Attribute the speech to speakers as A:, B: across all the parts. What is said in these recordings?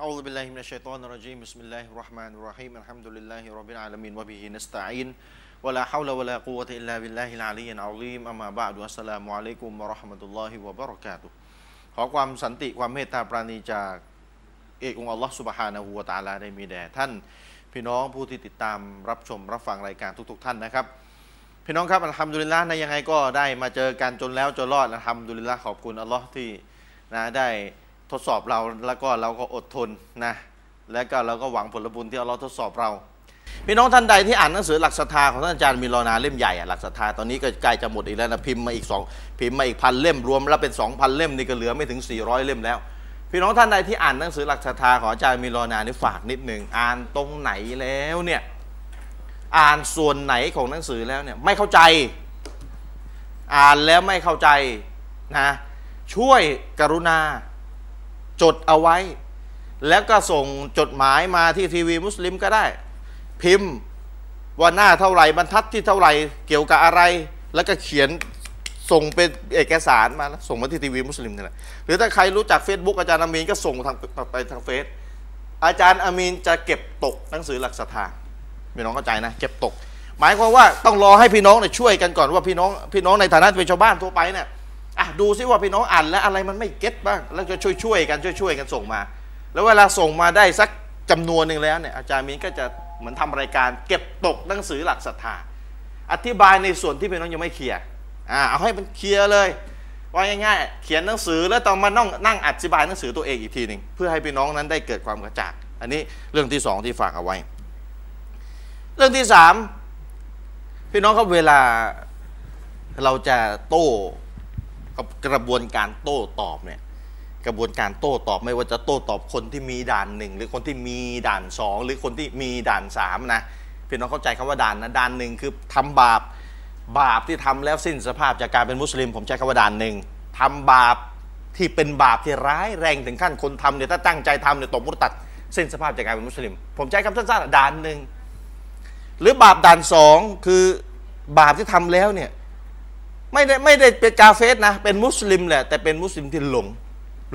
A: أعوذ بالله من الشيطان الرجيم بسم الله الرحمن الرحيم الحمد لله رب العالمين وبه نستعين ولا حول ولا قوة إلا بالله العلي العظيم أما بعد السلام عليكم ورحمة الله وبركاته ขอความสันติความเมตตาปราณีจากเอกองค์อัลลอฮ์สุบฮานะฮูวะตะอาลาได้มีแด่ท่านพี่น้องผู้ที่ติดตามรับชมรับฟังรายการทุก ๆ ท่านนะครับ พี่น้องครับอัลฮัมดุลิลละห์นะยังไงก็ได้มาเจอกันจนแล้วจนรอดอัลฮัมดุลิลละห์ขอบคุณอัลลอฮ์ที่นะได้ทดสอบเราแล้วก็เราก็อดทนนะแล้วก็เราก็หวังผลบุญที่อัลลอฮ์ทดสอบเรา พี่น้องท่านใดที่อ่านหนังสือหลักศรัทธาของท่านอาจารย์มีรอนาเล่มใหญ่อะหลักศรัทธาตอนนี้ก็ใกล้จะหมดอีกแล้วนะพิมพ์มาอีกสองพิมพ์มาอีกพันเล่มรวมแล้วเป็นสองพันเล่มนี่ก็เหลือไม่ถึง 400 เล่มแล้ว พี่น้องท่านใดที่อ่านหนังสือหลักศรัทธาของอาจารย์มีรอนานี่ฝากนิดหนึ่งอ่านตรงไหนแล้วเนี่ย อ่านส่วนไหนของหนังสือแล้วเนี่ยไม่เข้าใจ อ่านแล้วไม่เข้าใจนะช่วยกรุณาจดเอาไว้ แล้วก็ส่งจดหมายมาที่ทีวีมุสลิมก็ได้ พิมพ์ว่าหน้าเท่าไหร่บรรทัดที่เท่าไหร่เกี่ยวกับอะไร แล้วก็เขียนส่งเป็นเอกสารมาแล้วส่งมาที่ทีวีมุสลิมนี่แหละหรือถ้าใครรู้จัก Facebook อาจารย์อามีนก็ส่งทางไปทางเฟซอาจารย์อามีนจะเก็บตกหนังสือหลักศรัทธา พี่น้องเข้าใจนะเก็บตก หมายความว่าต้องรอให้พี่น้องเนี่ยช่วยกันก่อนว่าพี่น้องพี่น้องในฐานะเป็นชาวบ้านทั่วไปเนี่ยอ่ะดูซิว่าพี่น้องอ่านแล้วอะไรมันไม่เก็ตบ้าง แล้วจะช่วยช่วยๆกันช่วยช่วยๆกันส่งมา แล้วเวลาส่งมาได้สักจำนวนหนึ่งแล้วเนี่ยอาจารย์มินก็จะเหมือนทำรายการ เก็บตกหนังสือหลักศรัทธา อธิบายในส่วนที่พี่น้องยังไม่เคลียร์อ่าเอาให้มันเคลียร์เลย ว่าง่ายๆ เขียนหนังสือแล้วต้องมานั่งนั่งอธิบายหนังสือตัวเองอีกทีหนึ่งเพื่อให้พี่น้องนั้นได้เกิดความกระจ่างอันนี้เรื่องที่สองที่ฝากเอาไว้ เรื่องที่สามพี่น้องครับเวลาเราจะโต้กับกระบวนการโต้ตอบเนี่ยกระบวนการโต้ตอบไม่ว่าจะโต้ตอบคนที่มีด่านหนึ่งหรือคนที่มีด่านสองหรือคนที่มีด่านสามนะพี่น้องเข้าใจคำว่าด่านนะด่านหนึ่งคือทำบาปบาปที่ทำแล้วสิ้นสภาพจากการเป็นมุสลิม ผมใช้คำว่าด่านหนึ่งทำบาปที่เป็นบาปที่ร้ายแรงถึงขั้นคนทำเนี่ยถ้าตั้งใจทำเนี่ยตกมุตตัดสิ้นสภาพจากการเป็นมุสลิม ผมใช้คำสั้นๆอะด่านหนึ่ง หรือบาปด่านสองคือบาปที่ทำแล้วเนี่ยไม่ได้ไม่ได้เป็นกาเฟสนะ เป็นมุสลิมแหละ แต่เป็นมุสลิมที่หลง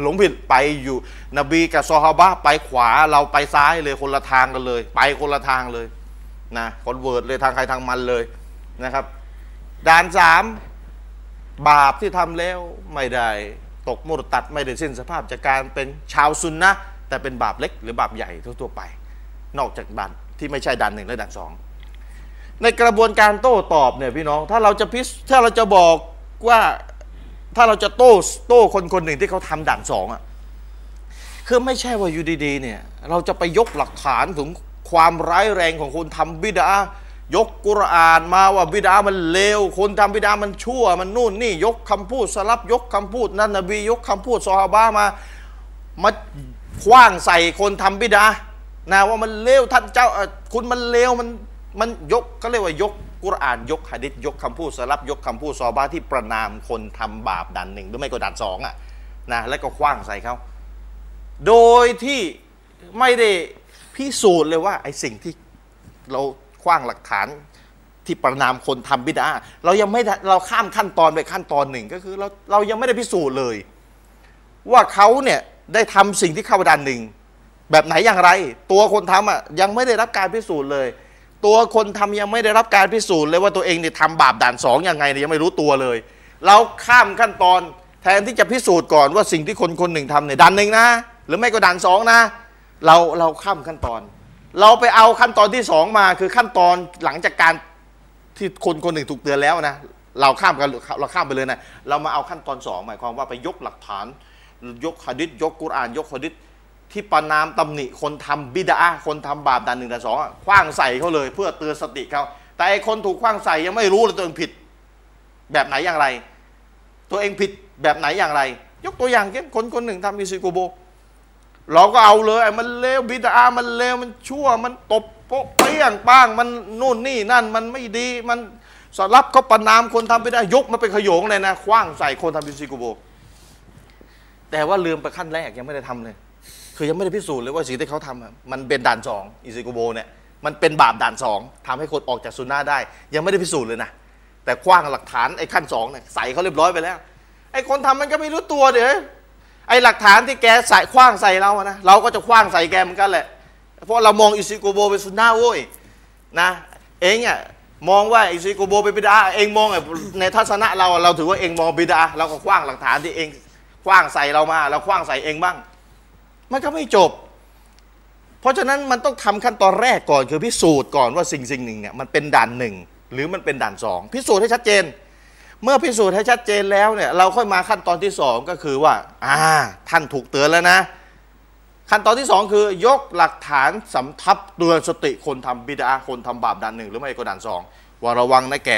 A: หลงผิดไปอยู่ นบีกับซอฮาบะไปขวาเราไปซ้ายเลยคนละทางกันเลย ไปคนละทางเลยนะคอนเวิร์ตเลยทางใครทางมันเลยนะครับ ด่านสามบาปที่ทำแล้วไม่ได้ตกมุรตัดไม่ได้สิ้นสภาพจากการเป็นชาวซุนนะแต่เป็นบาปเล็กหรือบาปใหญ่ทั่วๆไป นอกจากด่านที่ไม่ใช่ด่านหนึ่งและด่านสอง ในกระบวนการโต้ตอบเนี่ยพี่น้องถ้าเราจะพิสถ้าเราจะบอกว่าถ้าเราจะโต้โต้คนคนหนึ่งที่เขาทำด่านสองอ่ะคือไม่ใช่ว่าอยู่ดีๆเนี่ยเราจะไปยกหลักฐานถึงความร้ายแรงของคนทำบิดายกกุรอานมาว่าบิดามันเลวคนทำบิดามันชั่วมันนู่นนี่ยกคำพูดสลับยกคำพูดนั่นนบียกคำพูดซอฮาบะมา มาคว้างใส่คนทำบิดานะว่ามันเลวท่านเจ้าเอ่อคุณมันเลวมันมันยกก็เรียกว่ายกกุรอานยกหะดิษยกคำพูดสลับยกคำพูดซอฮาบะที่ประนามคนทำบาปด่านหนึ่งหรือไม่ก็ด่านสองอ่ะนะแล้วก็คว้างใส่เขาโดยที่ไม่ได้พิสูจน์เลยว่าไอ้สิ่งที่เราคว้างหลักฐาน ที่ประนามคนทำบิดาเรายังไม่ได้เราข้ามขั้นตอนไปขั้นตอนหนึ่งก็คือเราเรายังไม่ได้พิสูจน์เลย ว่าเขาเนี่ยได้ทำสิ่งที่เข้าด่านหนึ่ง แบบไหนอย่างไร ตัวคนทำอ่ะยังไม่ได้รับการพิสูจน์เลย ตัวคนทำยังไม่ได้รับการพิสูจน์เลยว่าตัวเองเนี่ยทำบาปด่านสองยังไงเนี่ยยังไม่รู้ตัวเลย เราข้ามขั้นตอนแทนที่จะพิสูจน์ก่อนว่าสิ่งที่คนคนหนึ่งทำเนี่ยด่านหนึ่งนะ หรือไม่ก็ด่านสองนะ เราเราข้ามขั้นตอน เราไปเอาขั้นตอนที่สองมาคือขั้นตอนหลังจากการ ที่คนคนหนึ่งถูกเตือนแล้วนะ เราข้ามกันเราข้ามไปเลยนะ เรามาเอาขั้นตอนสองหมายความว่าไปยกหลักฐาน ยกหะดิษยกกุรอาน ยกหะดิษที่ประนามตำหนิคนทำบิดาคนทำบาปด่านหนึ่งด่านสองอะขว้างใส่เขาเลย เพื่อเตือนสติเขาแต่ไอคนถูกขว้างใส่ยังไม่รู้เลยตัวเองผิด แบบไหนอย่างไร ตัวเองผิดแบบไหนอย่างไร ยกตัวอย่างเช่นคนคนหนึ่งทำอิซิโกโบ เราก็เอาเลยไอ้มันเลวบิดามันเลวมันชั่ว มันตบโป๊ะเปี้ยงป้างมันนู่นนี่นั่นมันไม่ดีมันสลับเขาประนามคนทำไม่ได้ยกมาเป็นขโยงเลยนะคว้างใส่คนทำบิซิโกโบ แต่ว่าลืมไปขั้นแรกยังไม่ได้ทำเลย คือยังไม่ได้พิสูจน์เลยว่าสิ่งที่เขาทำอะมันเป็นด่านสองอิซิโกโบเนี่ยมันเป็นบาปด่านสองทำให้คนออกจากซุนนาได้ ยังไม่ได้พิสูจน์เลยนะแต่คว้างหลักฐานไอ้ขั้นสองเนี่ยใส่เขาเรียบร้อยไปแล้วไอ้คนทำมันก็ไม่รู้ตัวเดี๋ยว ไอ้หลักฐานที่แกใส่คว้างใส่เราอะนะเราก็จะคว้างใส่แกเหมือนกันแหละ เพราะเรามองอิซิโกโบเป็นซุนนะห์เว้ยนะเองอ่ะมองว่าอิซิโกโบเป็นบิดาเองมองแบบในทัศนะเราอะเราถือว่าเองมองบิดาเราก็คว้างหลักฐานที่เองคว้างใส่เรามาเราคว้างใส่เองบ้าง มันก็ไม่จบ เพราะฉะนั้นมันต้องทำขั้นตอนแรกก่อนคือพิสูจน์ก่อนว่าสิ่งสิ่งหนึ่งเนี่ยมันเป็นด่านหนึ่งหรือมันเป็นด่านสองพิสูจน์ให้ชัดเจน เมื่อพิสูจน์ให้ชัดเจนแล้วเนี่ยเราค่อยมาขั้นตอนที่สองก็คือว่า อ่า ท่านถูกเตือนแล้วนะ ขั้นตอนที่สองคือยกหลักฐานสำทับเตือนสติคนทำบิดาคนทำบาปด่านหนึ่งหรือไม่ก็ด่านสองว่าระวังนะแก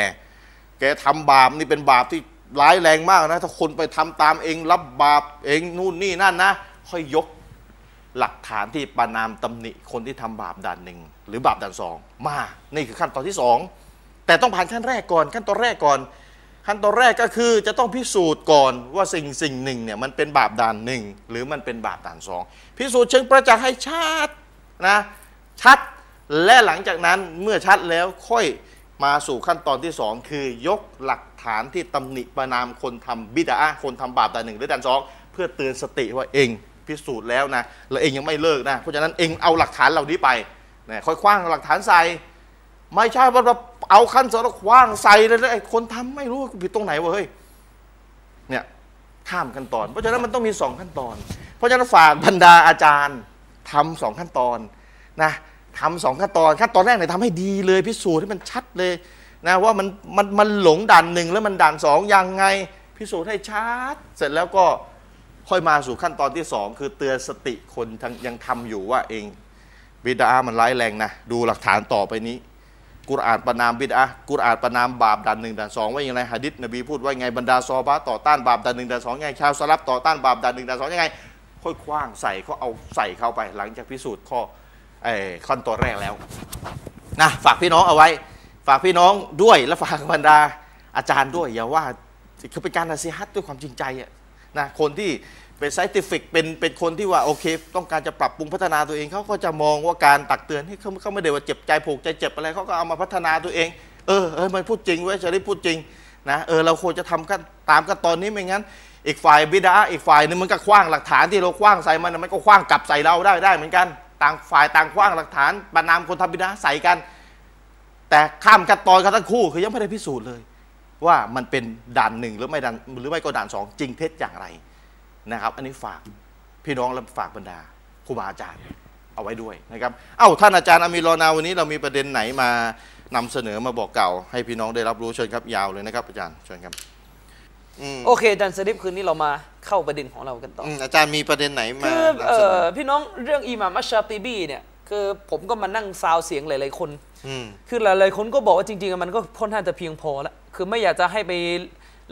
A: แกทำบาปนี่เป็นบาปที่ร้ายแรงมากนะ ถ้าคนไปทำตามเองรับบาปเองนู่นนี่นั่นนะ ค่อยยกหลักฐานที่ประนามตำหนิคนที่ทำบาปด่านหนึ่งหรือบาปด่านสองมานี่คือขั้นตอนที่สองแต่ต้องผ่านขั้นแรกก่อน ขั้นตอนแรกก่อน ขั้นตอนแรกก็คือจะต้องพิสูจน์ก่อนว่าสิ่งสิ่งหนึ่งเนี่ยมันเป็นบาปด่านหนึ่งหรือมันเป็นบาปด่านสองพิสูจน์เชิงประจักษ์ให้ชัดนะชัดและหลังจากนั้นเมื่อชัดแล้วค่อยมาสู่ขั้นตอนที่สองคือยกหลักฐานที่ตำหนิประนามคนทำบิดาคนทำบาปด่านหนึ่งหรือด่านสองเพื่อเตือนสติว่าเองพิสูจน์แล้วนะและเองยังไม่เลิกนะเพราะฉะนั้นเองเอาหลักฐานเหล่านี้ไปนะค่อยคว้างหลักฐานใส่ ไม่ใช่ว่าเราเอาขั้นสอนแล้วคว้างใส่เลยแล้วไอ้คนทำไม่รู้ว่ากูผิดตรงไหนวะเฮ้ยเนี่ยข้ามขั้นตอน เพราะฉะนั้นมันต้องมีสองขั้นตอน เพราะฉะนั้นฝากบรรดาอาจารย์ทำสองขั้นตอนนะทำสองขั้นตอนขั้นตอนแรกเนี่ยทำให้ดีเลยพิสูจน์ให้มันชัดเลยนะว่ามันมันมันหลงด่านหนึ่งแล้วมันด่านสองยังไง พิสูจน์ให้ชัดเสร็จแล้วก็ค่อยมาสู่ขั้นตอนที่สองคือเตือนสติคนทั้งยังทำอยู่ว่าเองบิดามันร้ายแรงนะดูหลักฐานต่อไปนี้ กุรอานประนามบิดอะห์กุรอานประนามบาปด่านหนึ่งด่านสองว่าอย่างไรหะดิษนบีพูดว่าไงบรรดาซอฮาบะห์ต่อต้านบาปด่านหนึ่งด่านสองยังไงชาวสลับต่อต้านบาปด่านหนึ่งด่านสองยังไง ค่อยคว้างใส่เขาเอาใส่เข้าไป หลังจากพิสูจน์ข้อเอ่อขั้นตอนแรกแล้วนะฝากพี่น้องเอาไว้ ฝากพี่น้องด้วยและฝากบรรดาอาจารย์ด้วย อย่าว่าคือเป็นการนาซีฮัตด้วยความจริงใจอะนะคนที่เป็นไซติฟิกเป็นเป็นคนที่ว่าโอเค ต้องการจะปรับปรุงพัฒนาตัวเองเขาก็จะมองว่าการตักเตือนให้ยเขาเขาไม่ได้ว่าเจ็บใจผูกใจเจ็บอะไรเขาก็เอามาพัฒนาตัวเอง เออเออมันพูดจริงเว้ยชาริฟพูดจริงนะเออเราควรจะทำกันตามขั้นตอนนี้ไม่งั้น อีกฝ่ายบิดาอีกฝ่ายหนึงมันก็คว้างหลักฐานที่เราคว้างใส่มันนะมันก็คว้างกลับใส่เราได้ได้เหมือนกัน ต่างฝ่ายต่างคว้างหลักฐานประนามคนทำบิดาใส่กัน แต่ข้ามขั้นตอนกันทั้งคู่คือยังไม่ได้พิสูจน์เลย ว่ามันเป็นด่านหนึ่งหรือไม่ด่านหรือไม่ก็ด่านสองจริงเท็จอย่างไรนะครับ อันนี้ฝากพี่น้องและฝากบรรดาครูบาอาจารย์เอาไว้ด้วยนะครับ เอ้าท่านอาจารย์อามีรอนาวันนี้เรามีประเด็นไหนมานำเสนอมาบอกเกล่าวให้พี่น้องได้รับรู้เชิญครับยาวเลยนะครับ อาจารย์เชิญครับอืม
B: โอเคอาจารย์สลิปคืนนี้เรามาเข้าประเด็นของเรากันต่ออ
A: อืมอาจารย์มีประเด็นไหนมา
B: คือ
A: ำ
B: เอน
A: เสน
B: อ
A: อ
B: พี่น้องเรื่องอิหม่ามอัชชาติบีเนี่ยคือผมก็มานั่งซาวเสียงหลายๆคน
A: ม
B: คือหลายๆคนก็บอกว่าจริงๆอะมันก็ค่อนข้างจะเพียงพอแล้วคือไม่อยากจะให้ไป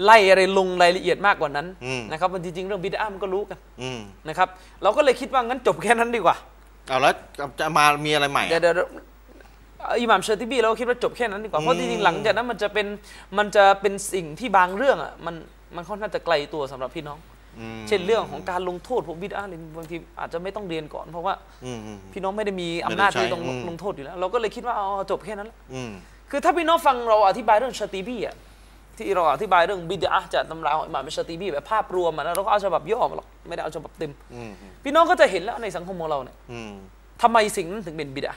B: ไล่อะไรลงรายละเอียดมากกว่านั้นนะครับมันจริงๆเรื่องบิดามันก็รู้กัน
A: อืม
B: นะครับเราก็เลยคิดว่างั้นจบแค่นั้นดีกว่า
A: เอาแล้วจะมามีอะไรใหม่
B: เดี๋ย
A: อะ
B: วเดี๋ยวเดี๋ยวเอ่ออิหม่ามชาติบีเราก็คิดว่าจบแค่นั้นดีกว่าเพราะ
A: อื
B: จ
A: ม
B: ริงๆหลังจากนั้นมันจะเป็นมันจะเป็นสิ่งที่บางเรื่องอ่ะมันมันค่อนข้างจะไกลตัวสำหรับพี่น้อง
A: อืม
B: เช่นเรื่องของการลงโทษพวกบิดอาเนี่ยบางทีอาจจะไม่ต้องเรียนก่อน เพราะว่า
A: อืมอืม
B: พี่น้องไม่ได้มีอำนาจ
A: ไม่ได้ใช้
B: ที่ต้อง
A: อืม
B: ลงโทษอยู่แล้ว เราก็เลยคิดว่าอ๋อจบแค่นั้นแหละ
A: อืม
B: คือถ้าพี่น้องฟังเราอธิบายเรื่องชาติบีอ่ะที่เราอธิบายเรื่องบิดอาจากตำราของอิหม่ามชาติบีแบบภาพรวมอ่ะนะเราก็เอาฉบับย่อมาหรอกไม่ได้เอาฉบับเต็ม
A: อืม
B: พี่น้องก็จะเห็นแล้วในสังคมของเราเนี่ย
A: อืม
B: ทำไมสิ่งนั้นถึงเป็นบิดา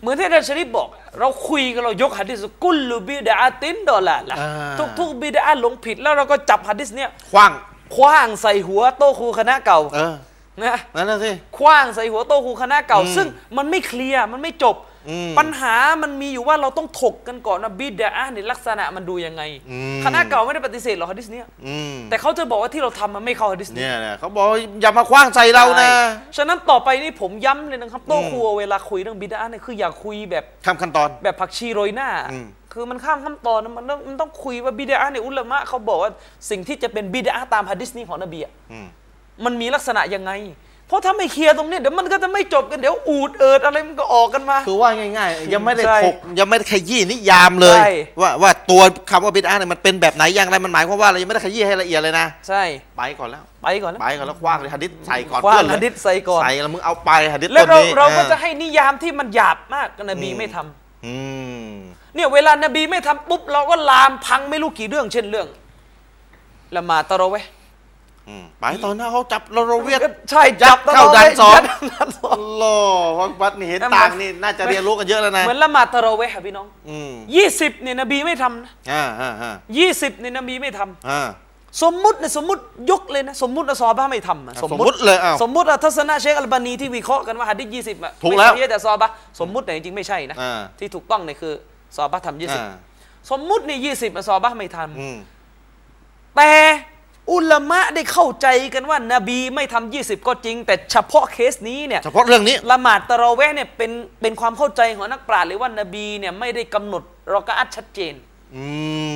B: เหมือนที่อาจารย์ชริปบอก เราคุยกันเรายกฮะดิษกุลลูบิดาตินดอลาละ
A: อ่า
B: ทุกทุกๆบิดาหลงผิดแล้วเราก็จับฮะดิษเนี่ย
A: คว้าง
B: คว้างใส่หัวโตครูคณะเก่า
A: เออ
B: นะ
A: นั่นน่ะสิ
B: คว้างใส่หัวโตครูคณะเก่า
A: อืม
B: ซึ่งมันไม่เคลียร์มันไม่จบ
A: อืม
B: ปัญหามันมีอยู่ว่าเราต้องถกกันก่อนว่าบิดาเนี่ยลักษณะมันดูยังไง
A: อืม
B: คณะเก่าไม่ได้ปฏิเสธหรอกฮะดิษเนี่ย
A: อืม
B: แต่เขาจะบอกว่าที่เราทำมันไม่เข้าฮะดิษ
A: เนี่ยแหละเขาบอกอย่ามาคว้างใส่เรานะ
B: ใช่ฉะนั้นต่อไปนี่ผมย้ำเลยนะครับโต
A: อืม
B: ครัวเวลาคุยเรื่องบิดาเนี่ยคืออย่าคุยแบบ
A: ข้ามขั้นตอน
B: แบบผักชีโรยหน้า
A: อืม
B: คือมันข้ามขั้นตอนนะมันต้องมันต้องคุยว่าบิดาเนี่ยอุลามะเขาบอกว่าสิ่งที่จะเป็นบิดาตามฮะดิษนี้ของนบีอะ
A: อืม
B: มันมีลักษณะยังไง เพราะถ้าไม่เคลียร์ตรงเนี้ยเดี๋ยวมันก็จะไม่จบกันเดี๋ยวอูดเอิดอะไรมันก็ออกกันมา
A: คือว่าง่ายๆ ยังไม่ได้
B: ใช่
A: ถกยังไม่ได้ขยี้นิยามเลย
B: ใช่
A: ว่าว่าตัวคำว่าบิดอะห์เนี่ยมันเป็นแบบไหนอย่างไรมันหมายความว่าอะไรยังไม่ได้ขยี้ให้ละเอียดเลยนะ
B: ใช่
A: ไปก่อนแล้ว
B: ไปก่อนนะ
A: ไปก่อนแล้วคว้างเลยหะดิษใส่ก่อน
B: คว้า
A: เพื่อ
B: ง
A: นเลย
B: ฮะดิษใส่ก่อน
A: ใส่แล้วมึงเอาไปหะดิษ
B: แล้ว
A: ตั
B: เรา
A: วนี้
B: เราก็จะ
A: อ่
B: ให้นิยามที่มันหยาบมากนบีไม่ทำ
A: อืม
B: เนี่ยเวลานบีไม่ทำปุ๊บเราก็ลามพังไม่รู้กี่เรื่องเช่นเรื่องละหมาดตะเราะเวห์
A: อืมไปตอนหน้าเขาจับเราเราเวี ยด
B: ใช่
A: ยั
B: จั
A: ด
B: บตลอ
A: เข้าด่านสอง
B: ยัดเข้าด่านสอง
A: อัลลอฮ์วัดนี่เห็น
B: นั่นมัน
A: ต่างนี่น่าจะเรียนรู้กันเยอะแล้วนะ
B: เหมือนละหมาดตะเราะเวหะพี่น้อง
A: อืม
B: ยี่สิบเนี่ยนบีไม่ทำนะ
A: อ่าอ่าอ่า
B: ยี่สิบเนี่ยนบีไม่ทำ
A: อ่า
B: สมมุติเนี่ยสมมุติยกเลยนะ สมมุตินะซอฮาบ้าไม่ทำนะ
A: สมมุติเลยอ้าว
B: สมมุติอะทัศนะเชคอัลบานีที่วิเคราะห์กันว่าหะดิษยี่สิบอะ
A: ถูกแล้ว
B: ไม่ใช่แต่ซอฮาบ้าสมมุติแต่ยจริงๆไม่ใช่นะ
A: อ่า
B: ที่ถูกต้องเนี่ยคือซอฮาบ้าทำยี่สิบ
A: อ่า
B: สมมุติเนี่ยยี่สิบซอฮาบ้าไม่ทำ
A: อืม
B: แต่อุลามะได้เข้าใจกันว่านาบีไม่ทำ20 ก็จริง แต่เฉพาะเคสนี้เนี่ย
A: เฉพาะเรื่องนี้
B: ละหมาดตะเราะเวห์เนี่ยเป็นเป็นความเข้าใจของนักปราชญ์เลยว่านาบีเนี่ยไม่ได้กำหนดรอกะอัดชัดเจน
A: อื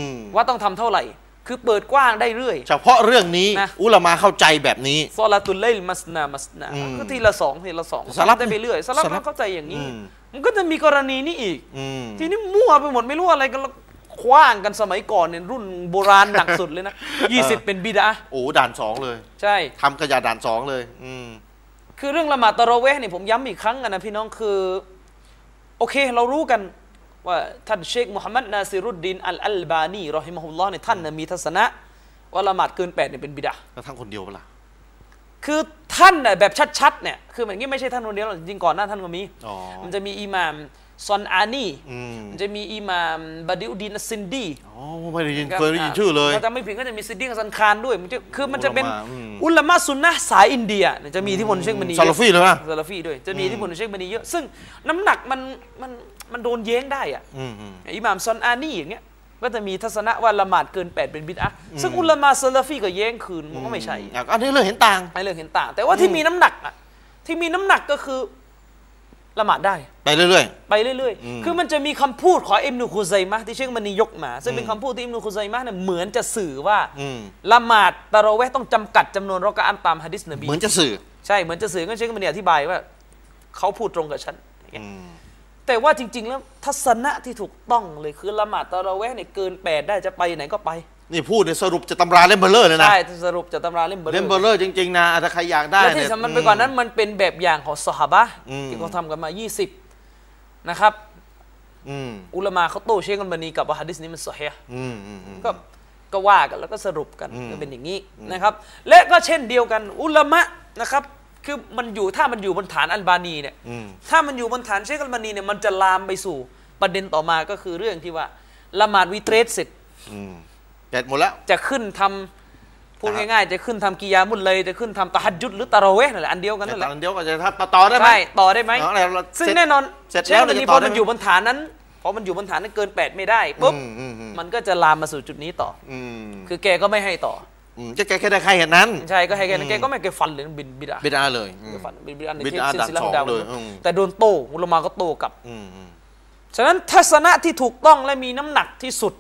A: ม
B: ว่าต้องทำเท่าไหร่ คือเปิดกว้างได้เรื่อย
A: เฉพาะเรื่องนี้
B: นะ
A: อุลามาเข้าใจแบบนี้
B: ซอลาตุลเลลมัสนามัสนา
A: อืม
B: ก็ทีละสองทีละสอง
A: สลับ
B: ได้ไปเรื่อยสลับ
A: สลับ
B: มันเข้าใจอย่างนี้
A: อืม
B: มันก็จะมีกรณีนี้อีก
A: อืม
B: ทีนี้มั่วไปหมดไม่รู้อะไรกันแล้วคว้างกันสมัยก่อนเนี่ยรุ่นโบราณหนักสุด เลยนะ 20 เป็นบิดา
A: โอ้ด่านสองเลย
B: ใช่
A: ทำกระยาด่านสองเลย อืม
B: คือเรื่องละหมาดตะเราะเวห์เนี่ยผมย้ำอีกครั้งอะนะพี่น้องคือ โอเคเรารู้กันว่าท่านเชคมุฮัมมัดนาซิรุดดินอัลอัลบานีรอฮิมะฮุลลอฮ์เนี่ยท่านน่ะมีทัศนะ ว่าละหมาดเกินแปดเนี่ยเป็นบิดา
A: แล้วทั้งคนเดียวเปะล่า
B: คือท่านน่ะแบบชัดๆเนี่ยคือแบบนี้ไม่ใช่ท่านคนเดียวหรอกจริงๆก่อนหน้าท่านก็มี
A: อ๋อ
B: มันจะมีอิหม่ามซอนอานี
A: อืม
B: มันจะมีอิหม่ามบาดิอุดดีนอัสซินดี
A: อ๋อ ไม่ได้ยิน เคยได้ยินชื่อเลย
B: ถ้าจำไม่ผิดก็จะมีซิดดิ้งกับซันคารด้วยมันจะคือมันจะเป็น
A: อืม
B: อุลามะซุนนะห์สายอินเดียเนี่ยจะมีอิที่พลเชคมันี
A: ซาลาฟี่เลยป่ะ
B: ซาลาฟีด้วยจะมีอิที่พลเชคมันีเยอะซึ่งน้ำหนักมันมันมันโดนแย้งได้อะ
A: อืมอืม
B: อิหม่ามซอนอานีอย่างเงี้ยก็จะมีทัศนะว่าละหมาดเกินแปดเป็นบิดอะห์ซึ่งอุลามะซาลาฟีก็แย้งคืนมันก็ไม่ใช่
A: อ่ะอันนี้เรื่องเห็นต่าง
B: ไม่เรื่องเห็นต่าง แต่ว่าที่มีน้ำหนักอะที่มีน้ำหนักก็คือละหมาดได้
A: ไปเรื่อย
B: ไปเรื่อย
A: อืม
B: ๆ คือมันจะมีคำพูดของอิมนุคุไซมะห์ที่เชคมันนียกมา ซึ่งเป็นคำพูดที่อิมนุคุไซมะห์เนี่ยเหมือนจะสื่อว่า
A: อืม
B: ละหมาดตะเราะเวห์ต้องจำกัดจำนวนรอกะอันตามฮะดิษน
A: ๆ
B: บี
A: เหมือนจะสื่อ
B: ใช่เหมือนจะสื่อก็เชคมันนีอธิบายว่าเขาพูดตรงกับฉัน
A: อืม
B: แต่ว่าจริง ๆ แล้วทัศนะที่ถูกต้องเลยคือละหมาดตะเราะเวห์เนี่ยเกินแปดได้จะไปไหนก็ไป
A: นี่พูดในยสรุปจะตำราเล่มเบลเลอร์เลยนะ
B: ใช่สรุปจะตำราเล่มเบอร์
A: เล่มเบล
B: เร์
A: เลอร์จริงๆนะอ่ะถ้าใครอยากได้
B: และ
A: เนี่
B: ที่
A: ย
B: สำคัญไปกว่านั้นมันเป็นแบบอย่างของสหาบะห์
A: อืม
B: ที่เขาทำกันมา 20 นะครับ
A: อืม
B: อุลามาเขาโต้เชคกันมานีกับว่าฮะดิษนี้มันสอเฮย
A: อืมอืมอืม
B: ก็ก็ว่ากันแล้วก็สรุปกัน
A: อืม
B: ก็เป็นอย่างนี้นะครับ และก็เช่นเดียวกัน อุลามะนะครับคือมันอยู่ถ้ามันอยู่บนฐานอัลบานีเนี่ย
A: อืม
B: ถ้ามันอยู่บนฐานเชคอัลบานีเนี่ยมันจะลามไปสู่ประเด็นต่อมาก็คือเรื่องที่ว่าละหมาดวิเตรสเสร็จ
A: อืมแปดหมดแล้ว
B: จะขึ้นทำพูด
A: ครับ
B: ง่ายๆ จะขึ้นทำกิยามุลเลยจะขึ้นทำตะฮัดยุดหรือตะเราะเวห์นั่นแหละอันเดียวกัน
A: แต่
B: นั่
A: ต
B: นแหละ
A: อนเดียวก็จะทับต่อได้ไหม
B: ใช่ต่อได้ไหม
A: เอาอะไรเรา
B: ซึ่ง
A: เสร็จ
B: แน่นอน
A: เสร็จ
B: ชคอั
A: แล้วเราจะ
B: พ
A: ต่
B: อ
A: อได้
B: มัน
A: ไหม
B: อยู่บนฐานนั้นพอมันอยู่บนฐานนั้นเกินแปดไม่ได้ปุ๊บ
A: อืมอืมอืม
B: มันก็จะลามมาสู่จุดนี้ต่อ
A: อืม
B: คือแกก็ไม่ให้ต่อ
A: อืมจะแก้แค่ได้ใครเห็นนั้น
B: ใช่ก็ให้แกนั้นแกก็ไม่แกฟันเลยบินบิดา
A: บิดาเลยอืม
B: แกฟันบินบิดาใน
A: บิ
B: เท
A: ดา
B: พ
A: ด่าน
B: ศิลา
A: สอง
B: ดาว
A: เลยอืม
B: แต่โดนโต้อุลามะก็โต้กลับ
A: อืมอืม
B: ฉะนั้นทัศนะที่ถูกต้องและมีน้ำหนักที่สุด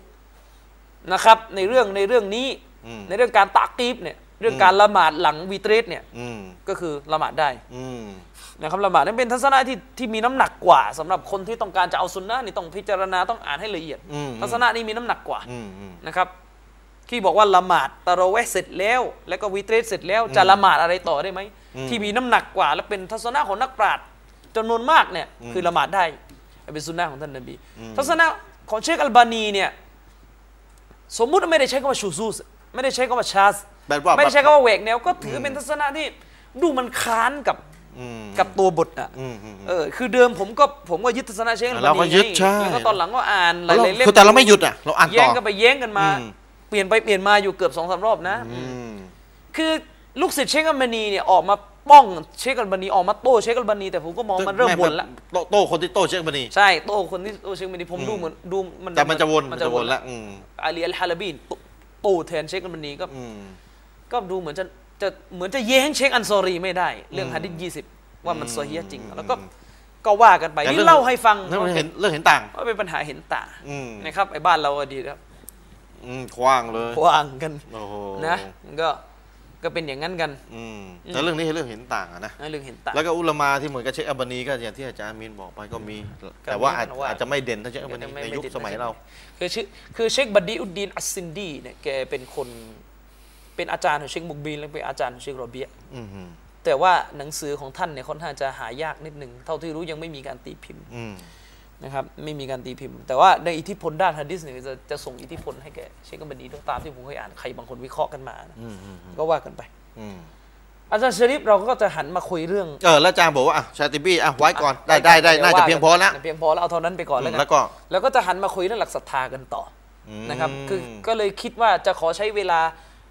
B: นะครับ ในเรื่องในเรื่องนี้
A: อืม
B: ในเรื่องการตะกีบเนี่ยเรื่องการละหมาดหลังวีเตรสเนี่ย
A: อืม
B: ก็คือละหมาดได้
A: อืม
B: นะครับละหมาดนั้นเป็นทัศนะที่ที่มีน้ำหนักกว่าสำหรับคนที่ต้องการจะเอาสุนนะห์นี่ต้องพิจารณาต้องอ่านให้ละเอียด
A: อืม
B: ทัศนะนี้มีน้ำหนักกว่า
A: อืมอืม
B: นะครับที่บอกว่าละหมาดตะเราะเวห์เสร็จแล้ว แล้วก็วิเตรสเสร็จแล้วจะละหมาดอะไรต่อได้ไหมที่มีน้ำหนักกว่า และเป็นทัศนะของนักปราชญ์จำนวนมากเนี่ยคือละหมาดได้เป็นสุนนะของท่านนบี ทัศนะของเชคอัลบานีเนี่ยสมมุติว่าไม่ได้ใช้คำว่าชูซูสไม่ได้ใช้คำว่าชาส
A: แบบว่า
B: ไม่ได้ใช้คำว่าเวกแนวก็ถือเป็นทัศนะที่ดูมันค้านกับ
A: อืม
B: กับตัวบทอ่ะ
A: อืมอืมอืม
B: เออคือเดิมผมก็ผมก็ยึดทัศนะเชคอัลบานี
A: เราก็ยึด
B: ไง
A: ใช่
B: แล้วก็ตอนหลังก็อ่านหลายๆเล่ม
A: คือแต่เราไม่หยุดอ่ะ เราอ่านต่
B: แย่
A: อ
B: งกันไปแย่งกันมา
A: อืม
B: เปลี่ยนไปเปลี่ยนมาอยู่เกือบสองสามรอบนะ
A: อืม
B: คือลูกศิษย์เชคอัลบานีเนี่ยออกมาป้องเชคอัลบานีออกมาโต้เชคอัลบานีแต่ผมก็มองมันเริ่มวนละ
A: โต้โต้คนที่โต้เชคบันี
B: ใช่โต้คนที่โต้เชคอัลบานีผมดูเหมือนดูมัน
A: แต่มันจะวนมันจะวนละอืม
B: อาลีอัลฮาลาบีนโตโต้แทนเชคอัลบานีก็
A: อืม
B: ก็ดูเหมือนจะจะเหมือนจะแย้งเชคอันซอรีไม่ได้ เรื่องฮะดิษยี่สิบว่ามันซอฮีฮ์จริง แล้วก็ก็ว่ากันไป
A: แต่
B: นี่
A: เรื่อง
B: เล่าให้ฟัง
A: เรื่องเห็นเรื่องเห็นต่าง
B: ว่าเป็นปัญหาเห็นต่าง
A: อืม
B: นะครับไอ้บ้านเราอดีตครับ
A: อืมกว้างเลย
B: วางกัน
A: โอ้โห
B: นะมันก็ก็เป็นอย่างนั้นกัน
A: อืมแต่เรื่องนี้เรื่องเห็นต่างอะนะ
B: นะเรื่องเห็นต่าง
A: แล้วก็อุลามาที่เหมือนกับเชคอัลบานีก็อย่างที่อาจารย์อามีนบอกไปก็มี แต่ว่าอาจ
B: ก็มีว่า
A: อาจจะไม่เด่นเท่าเชคอัลบานี
B: ไม่
A: ใน
B: ไม่
A: ยุค
B: ติด
A: สมัยเรา
B: คือชื่อคือเชคบัดดีอุดดีนอัสซินดีเนี่ยแกเป็นคนเป็นอาจารย์ของเชคบุกบีนและเป็นอาจารย์ของเชคโรเบีย
A: อืมอืม
B: แต่ว่าหนังสือของท่านเนี่ยค่อนข้างจะหายากนิดหนึ่งเท่าที่รู้ยังไม่มีการตีพิมพ์
A: อืม
B: นะครับไม่มีการตีพิมพ์ แต่ว่าในอิทธิพลด้านฮะดิษเนี่ยจะจะส่งอิทธิพลให้แกเชคบัดดีด้วยตามที่ผมเคยอ่านใครบางคนวิเคราะห์กันมานะก็ว่ากันไป
A: อืม
B: อาจารย์ชะริฟเราก็จะหันมาคุยเรื่อง
A: เออแล้วอาจารย์บอกว่าอ่ะชาติบี้อ่ะไว้ก่อนได้ได้ได้น่าจะเพียงพอแล้ว
B: เพียงพอแล้วเอาเท่านั้นไปก่อนแล้วกัน
A: แล้วก็
B: แล้วก็จะหันมาคุยเรื่องหลักศรัทธากันต่ออ
A: ม
B: นะครับ คือก็เลยคิดว่าจะขอใช้เวลา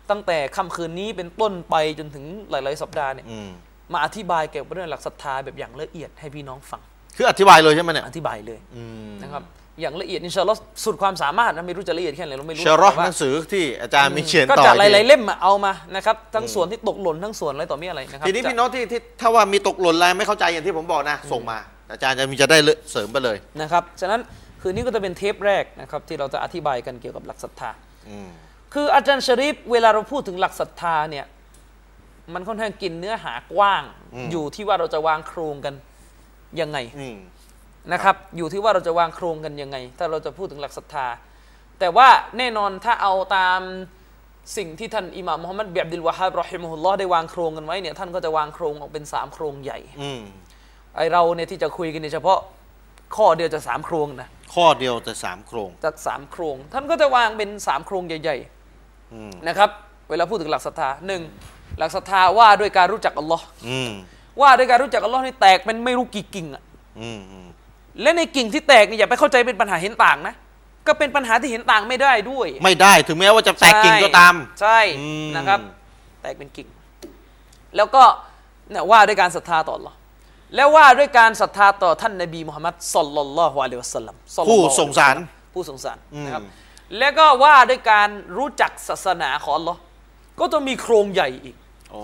B: ตั้งแต่ค่ำคืนนี้เป็นต้นไปจนถึงหลาย ๆ สัปดาห์เนี่ย
A: อืม
B: มาอธิบายเกี่ยวกับเรื่องหลักศรัทธาแบบอย่างละเอียดให้พี่น้องฟัง
A: คืออธิบายเลยใช่ไหมเนี่ย
B: อธิบายเลย
A: อืม
B: นะครับอย่างละเอียดอินชาอัลลอฮ์สุดความสามารถนะไม่รู้จะละเอียดแค่ไหนเราไม่รู้
A: ชะรอ
B: แต่ว่า
A: หนังสือที่อาจารย์มีเขียน
B: ก็
A: ต่อ
B: จากห
A: ที
B: ลาย ๆ เล่มอะเอามานะครับทั้งส่วนที่ตกหล่นทั้งส่วนอะไรต่อมีอะไรนะครับ
A: ทีนี้
B: จะ
A: พี่น้องที่ที่ถ้าว่ามีตกหล่นอะไรไม่เข้าใจอย่างที่ผมบอกนะ ส่งมา อาจารย์จะมีจะได้เสริมไปเลย
B: นะครับฉะนั้นคืนนี้ก็จะเป็นเทปแรกนะครับที่เราจะอธิบายกันเกี่ยวกับหลักศรัทธา
A: อืม
B: คืออาจารย์ชริฟเวลาเราพูดถึงหลักศรัทธาเนี่ย มันค่อนข้างกินเนื้อหากว้าง อยู่ที่ว่าเราจะวางโครงกันยังไง
A: อืม
B: นะครับ อยู่ที่ว่าเราจะวางโครงกันยังไง ถ้าเราจะพูดถึงหลักศรัทธา แต่ว่าแน่นอนถ้าเอาตามสิ่งที่ท่านอิหม่ามมุฮัมมัดเบียบดิลวะฮาบรอฮิมุลลอฮ์ได้วางโครงกันไว้เนี่ยท่านก็จะวางโครงออกเป็นสามโครงใหญ่
A: อืม
B: ไอเราเนี่ยที่จะคุยกันเนี่ยเฉพาะข้อเดียวจะสามโครงนะ
A: ข้อเดียวแต่สามโครง
B: จากสามโครง ท่านก็จะวางเป็นสามโครงใหญ่
A: อืม
B: ๆนะครับ เวลาพูดถึงหลักศรัทธาหนึ่งหลักศรัทธาว่าด้วยการรู้จักอัลลอฮ์
A: อืม
B: ว่าด้วยการรู้จักอัลลอฮ์นี่แตกเป็นไม่รู้กี่กิ่งอะ
A: อืมอืม
B: และในกิ่งที่แตกเนี่ยอย่าไปเข้าใจเป็นปัญหาเห็นต่างนะ ก็เป็นปัญหาที่เห็นต่างไม่ได้ด้วย
A: ไม่ได้ถึงแม้ว่าจะแตกกิ่งก็ตาม
B: ใช่
A: อืม
B: นะครับ แตกเป็นกิ่ง แล้วก็เนี่ยว่าด้วยการศรัทธาต่ออัลลอฮ์แล้วว่าด้วยการศรัทธาต่อท่านนบีมุฮัมมัดศ็อลลัลลอฮุอะลัยฮิวะสัลลัมศ็อลลัลลอ
A: ผู้
B: ฮุอะลัย
A: ส
B: ฮิวะสัลลัม
A: งสาร
B: ผู้สงสารนะครับ
A: อืม
B: แล้วก็ว่าด้วยการรู้จักศาสนาของอัลลอฮ์ก็ต้องมีโครงใหญ่อีก
A: โอ้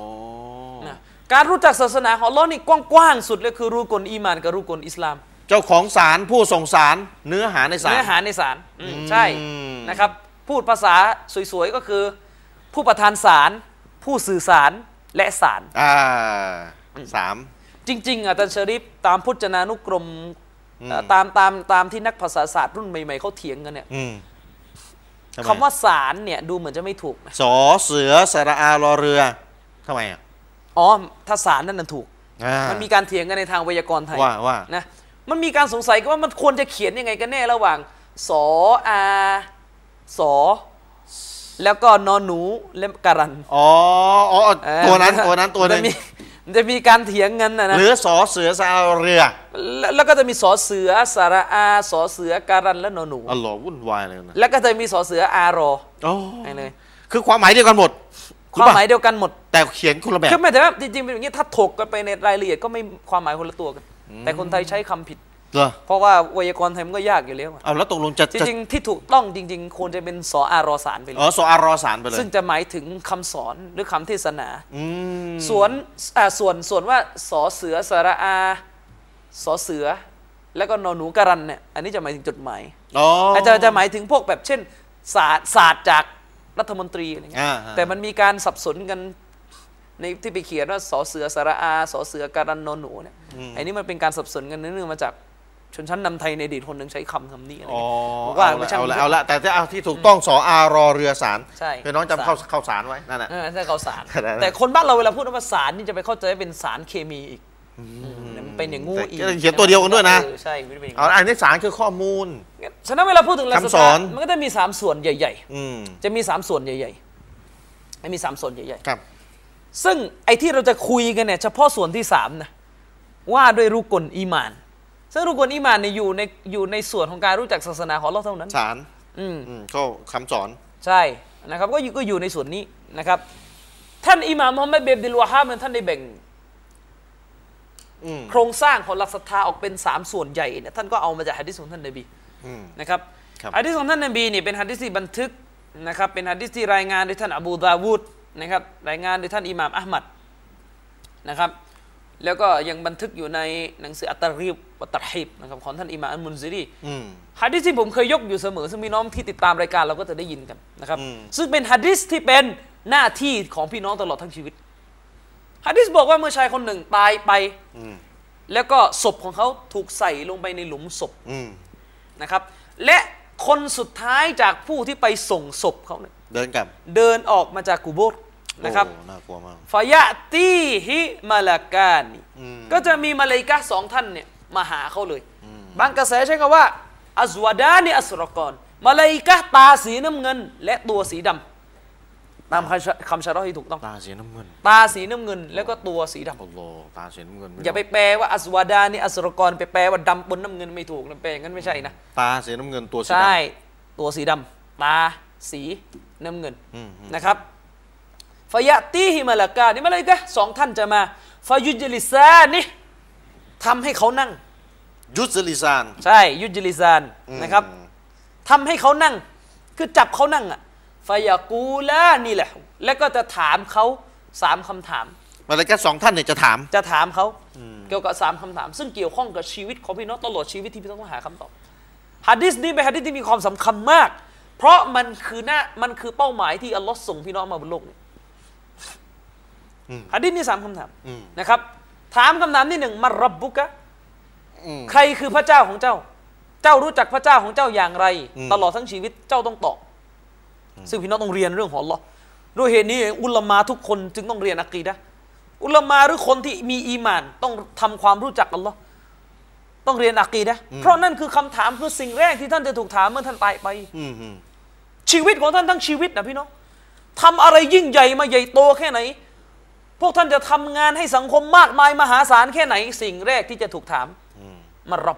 B: นะการรู้จักศาสนาของอัลลอฮ์นี่กว้างๆสุดเลยคือรู้กลอีหมานกับรู้กลอิสลาม
A: เจ้าของสารผู้ส่งสารเนื้อหาในสาร
B: เนื้อหาในสารอืมใช่
A: อืม
B: นะครับ พูดภาษาสวยๆก็คือ ผู้ประธานสาร ผู้สื่อสารและสาร
A: อ่าสาม
B: จริงๆอ่ะอาจารย์ชะริฟตามพจนานุกรมเอ่อตามตามตามที่นักภาษาศาสตร์รุ่นใหม่ๆเขาเถียงกันเนี่ย
A: อืมทำไม
B: คำว่าสารเนี่ยดูเหมือนจะไม่ถูกนะ
A: สอเสือสระอารอเรือทำไมอ่ะ
B: อ๋อถ้าสารนั่นน่ะถูก
A: อ่า
B: มันมีการเถียงกันในทางไวยากรณ์ไทย
A: ว่าว่า
B: นะ มันมีการสงสัยกันว่ามันควรจะเขียนยังไงกันแน่ระหว่างสออาสอแล้วก็นอนหนูและการัน
A: อ๋ออ๋ออ๋อ
B: เออ
A: ตัวนั้น
B: มั
A: ตัวนั้นตัวนึ
B: มั
A: ง
B: มี มันจะมีการเถียงกันนะนะ
A: หรือสอเสือสระอารอเรือ
B: แล้วแล้วก็จะมีสอเสือสาระอาสอเสือการันและนอนหนู
A: อ๋อเหรอวุ่นวายเลยนะ
B: แล้วก็จะมีสอเสืออารอ
A: อ๋อ
B: ไงเลย
A: คือความหมายเดียวกันหมด
B: ควา
A: รู้
B: ม
A: ปะ
B: หมายเดียวกันหมด
A: แต่เขียนคนละแบบ
B: คือหมายถึงว่าจริงๆเป็นอย่างนี้ถ้าถกกันไปในรายละเอียดก็ไม่ความหมายคนละตัวกัน แต่คนไทยใช้คำผิด
A: เหรอ
B: เพราะว่าไวยากรณ์ไทยมันก็ยากอยู่แล้วอะ
A: เอาแล้วตกลงจะ
B: จ
A: จะ
B: ริงๆที่ถูกต้องจริง ๆ ควรจะเป็นสออารอสารไปเล
A: อ๋อยสออารอสารไปเลย
B: ซึ่งจะหมายถึงคำสอนหรือคำเทศนา
A: อืม
B: ส่วนอ่าส่วนส่วนว่าสอเสือสระอาสอเสือ แล้วก็นอนหนูการันเนี่ยอันนี้จะหมายถึงจดหมาย
A: อ๋อ
B: อา
A: อา
B: จจะจะหมายถึงพวกแบบเช่นศาสตร์ศาสตร์จากรัฐมนตรีอะไรเงี้ย
A: อ่าอ่า
B: แต่มันมีการสับสนกันในที่ไปเขียนว่าสอเสือสระอาสอเสือการันนอนหนูเนี่ยอันนี้มันเป็นการสับสนกันเนื่องมาจากชนชั้นนำไทยในอดีตคนหนึ่งใช้คำคำนี้อะไร
A: อ๋อ
B: เงี้ยผม
A: เอา
B: ไม่
A: ละ
B: ใช่
A: เอาละเอาละแต่ถ้าเอาที่ถูกต้องสออารอเรือสาร
B: ใช่
A: คือน้องจำเข้า
B: สาร
A: เข้าสารไว้นั่นแหละ
B: เออใช่ข่าวสาร
A: ขนาดนั้น
B: แต่คนบ้านเราเวลาพูดว่าสารนี่จะไปเข้าใจว่าเป็นสารเคมีอีกมันเป็นอย่างงู
A: แต่
B: อีก
A: ก็เขียนตัวเดียวกันด้วยนะ
B: เออใช่ไม่ได้เป็นอย่าง
A: เอา
B: งู
A: ละอันนี้สารคือข้อมูล
B: ฉะนั้นเวลาพูดถึงหลักศรัท
A: คำส
B: ธา
A: อน
B: มันก็จะมีสามส่วนใหญ่
A: อืม
B: ๆ จะมีสามส่วนใหญ่ๆจะมีสามส่วนใหญ่
A: ครับ
B: ๆ ซึ่งไอ้ที่เราจะคุยกันเนี่ยเฉพาะส่วนที่สามนะว่าด้วยรุกลอีหมาน ซึ่งรุกลอีหมานเนี่ยอยู่ในอยู่ในส่วนของการรู้จักศาสนาของเราเท่านั้น
A: สาร
B: อืม
A: อืมก็คำสอน
B: ใช่นะครับก็อยู่ก็อยู่ในส่วนนี้นะครับ ท่านอิหม่ามมุฮัมมัดเบนดิลวะฮาบเนี่ยท่านได้แบ่ง
A: อืม
B: โครงสร้างของหลักศรัทธาออกเป็น 3 ส่วนใหญ่เนี่ยท่านก็เอามาจากฮะดิษของท่านนบี
A: อืม
B: นะครับ
A: ครับ
B: ฮะดิษของท่านนบีเนี่ยเป็นฮะดิษที่บันทึกนะครับเป็นฮะดิษที่รายงานโดยท่านอบูดาวูดนะครับรายงานโดยท่านอิหม่ามอัลมัดนะครับแล้วก็ยังบันทึกอยู่ในหนังสืออัตตะรีบวัตตะฮีบนะครับของท่านอิหม่ามอัลมุนซิรี
A: อืม
B: ฮัดดิสที่ผมเคยยกอยู่เสมอ ซึ่งพี่น้องที่ติดตามรายการเราก็จะได้ยินกันนะครับ
A: อืม
B: ซึ่งเป็นฮัดดิสที่เป็นหน้าที่ของพี่น้องตลอดทั้งชีวิตฮัดดิสบอกว่าเมื่อชายคนหนึ่งตายไป
A: อืม
B: แล้วก็ศพของเขาถูกใส่ลงไปในหลุมศพ
A: อืม
B: นะครับ และคนสุดท้ายจากผู้ที่ไปส่งศพเขาเนี่ย
A: เดินกลับ
B: เดินออกมาจากกูโบสถ์นะครับ
A: โอ้น่ากลัวมาก
B: ฟายะตีฮิมาลากานี
A: อืม
B: ก็จะมีมาเลายกาสองท่านเนี่ยมาหาเขาเลย บางกระแสใช้คำว่า อัสวดานีอัสรกอนมาเลายกาตาสีน้ำเงิน และตัวสีดำ ตามคำชะคำชะรอฮ์ที่ถูกต้อง
A: ตาสีน้ำเงิน
B: ตาสีน้ำเงิน แล้วก็ตัวสีดำ
A: อัลลอฮ์ตาสีน้ำเงินม่
B: อย่าไปแปลว่าอัสวาดานี่อัสรกรไปแปลว่าดำบนน้ำเงินไม่ถูกนะแปลอย่างนั้นไม่ใช่นะ
A: ตาสีน้ำเงินตัวสีดำ
B: ใช่ ตัวสีดำตาสีน้ำเงิน
A: อืม
B: นะครับฟายะตีฮิมาลากานี่มาเลยกะสองท่านจะมาฟายุจลิซานี่ทำให้เขานั่ง
A: ยุสลิซาน
B: ใช่ยุจลิซานนะครับทำให้เขานั่ง คือจับเขานั่งอะฟายะกูลานี่แหละ แล้วก็จะถามเขาสามคำถาม
A: มาเลายกาสองท่านเนี่ยจะถาม
B: จะถามเขาเกี่ยวกับสามคำถาม ซึ่งเกี่ยวข้องกับชีวิตของพี่น้องตลอดชีวิตที่พี่น้องต้องหาคำตอบฮะดิษนี้เป็นฮะดิษที่มีความสำคัญมาก เพราะมันคือหน้ามันคือเป้าหมายที่อัลลอฮ์ส่งพี่น้องมาบนโลกนี้
A: อืม
B: ฮะดิษนี้สามคำถาม
A: อืม
B: นะครับ ถามคำถามที่หนึ่งมารับบุกะ
A: อืม
B: ใครคือพระเจ้าของเจ้า เจ้ารู้จักพระเจ้าของเจ้าอย่างไร
A: อืม
B: ตลอดทั้งชีวิตเจ้าต้องตอบซึ่งพี่น้องต้องเรียนเรื่องของอัลลอฮ์ด้วยเหตุนี้เองอุลามาทุกคนจึงต้องเรียนอักีดะห์อุลามาหรือคนที่มีอีมาน ต้องทำความรู้จักอัลลอฮ์ต้องเรียนอักีดะห์เพราะนั่นคือคำถามคือสิ่งแรกที่ท่านจะถูกถามเมื่อท่านตายไป
A: อืมอืม
B: ชีวิตของท่านทั้งชีวิตนะพี่น้องทำอะไรยิ่งใหญ่มาใหญ่โตแค่ไหน พวกท่านจะทำงานให้สังคมมากมายมหาศาลแค่ไหน สิ่งแรกที่จะถูกถามมารับ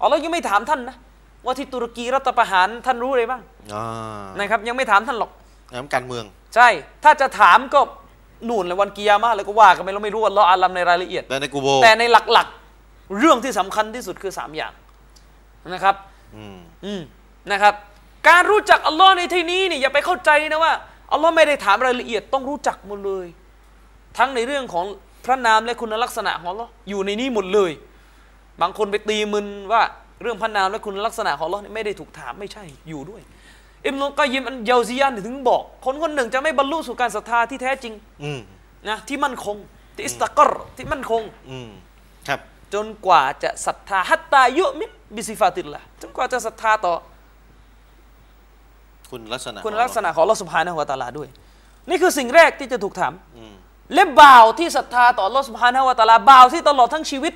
B: อ๋อแล้วยังไม่ถามท่านนะว่าที่ตุรกีรัฐประหารท่านรู้อะไรบ้าง
A: อ่า
B: นะครับ ยังไม่ถามท่านหรอก
A: น้ำการเมือง
B: ใช่ ถ้าจะถามก็นู่นเลยวันกิยามะห์แล้วก็ว่ากันไปเราไม่รู้ว่าเราอาลัมในรายละเอียด
A: แต่ในกูโบ
B: แต่ในหลักๆ เรื่องที่สำคัญที่สุดคือสามอย่างนะครับ
A: อืม
B: อืมนะครับ การรู้จักอัลลอฮ์ในที่นี้เนี่ยอย่าไปเข้าใจนะว่าอัลลอฮ์ไม่ได้ถามรายละเอียดต้องรู้จักหมดเลย ทั้งในเรื่องของพระนามและคุณลักษณะของอัลลอฮ์อยู่ในนี้หมดเลย บางคนไปตีมึนว่าเรื่องพระนามและคุณลักษณะของอัลลอฮ์เนี่ยไม่ได้ถูกถามไม่ใช่อยู่ด้วยอิมนุกอยยิมอันเยาซียานถึงบอก คนคนหนึ่งจะไม่บรรลุสู่การศรัทธาที่แท้จริง
A: อืม
B: นะที่มั่นคงที่อิสตะกรที่มั่นคง
A: อืม ครับ
B: จนกว่าจะศรัทธาฮัตตายุมินบิซิฟาติลละจนกว่าจะศรัทธาต่อ
A: คุณลักษณะ
B: คุณ
A: ของ
B: ลักษณะของอัลลอฮ์สุบฮานะฮุวาตะอาลาด้วย นี่คือสิ่งแรกที่จะถูกถาม
A: อืม
B: และบ่าวที่ศรัทธาต่ออัลลอฮ์สุบฮานะฮุวาตะอาลาบ่าวที่ตลอดทั้งชีวิต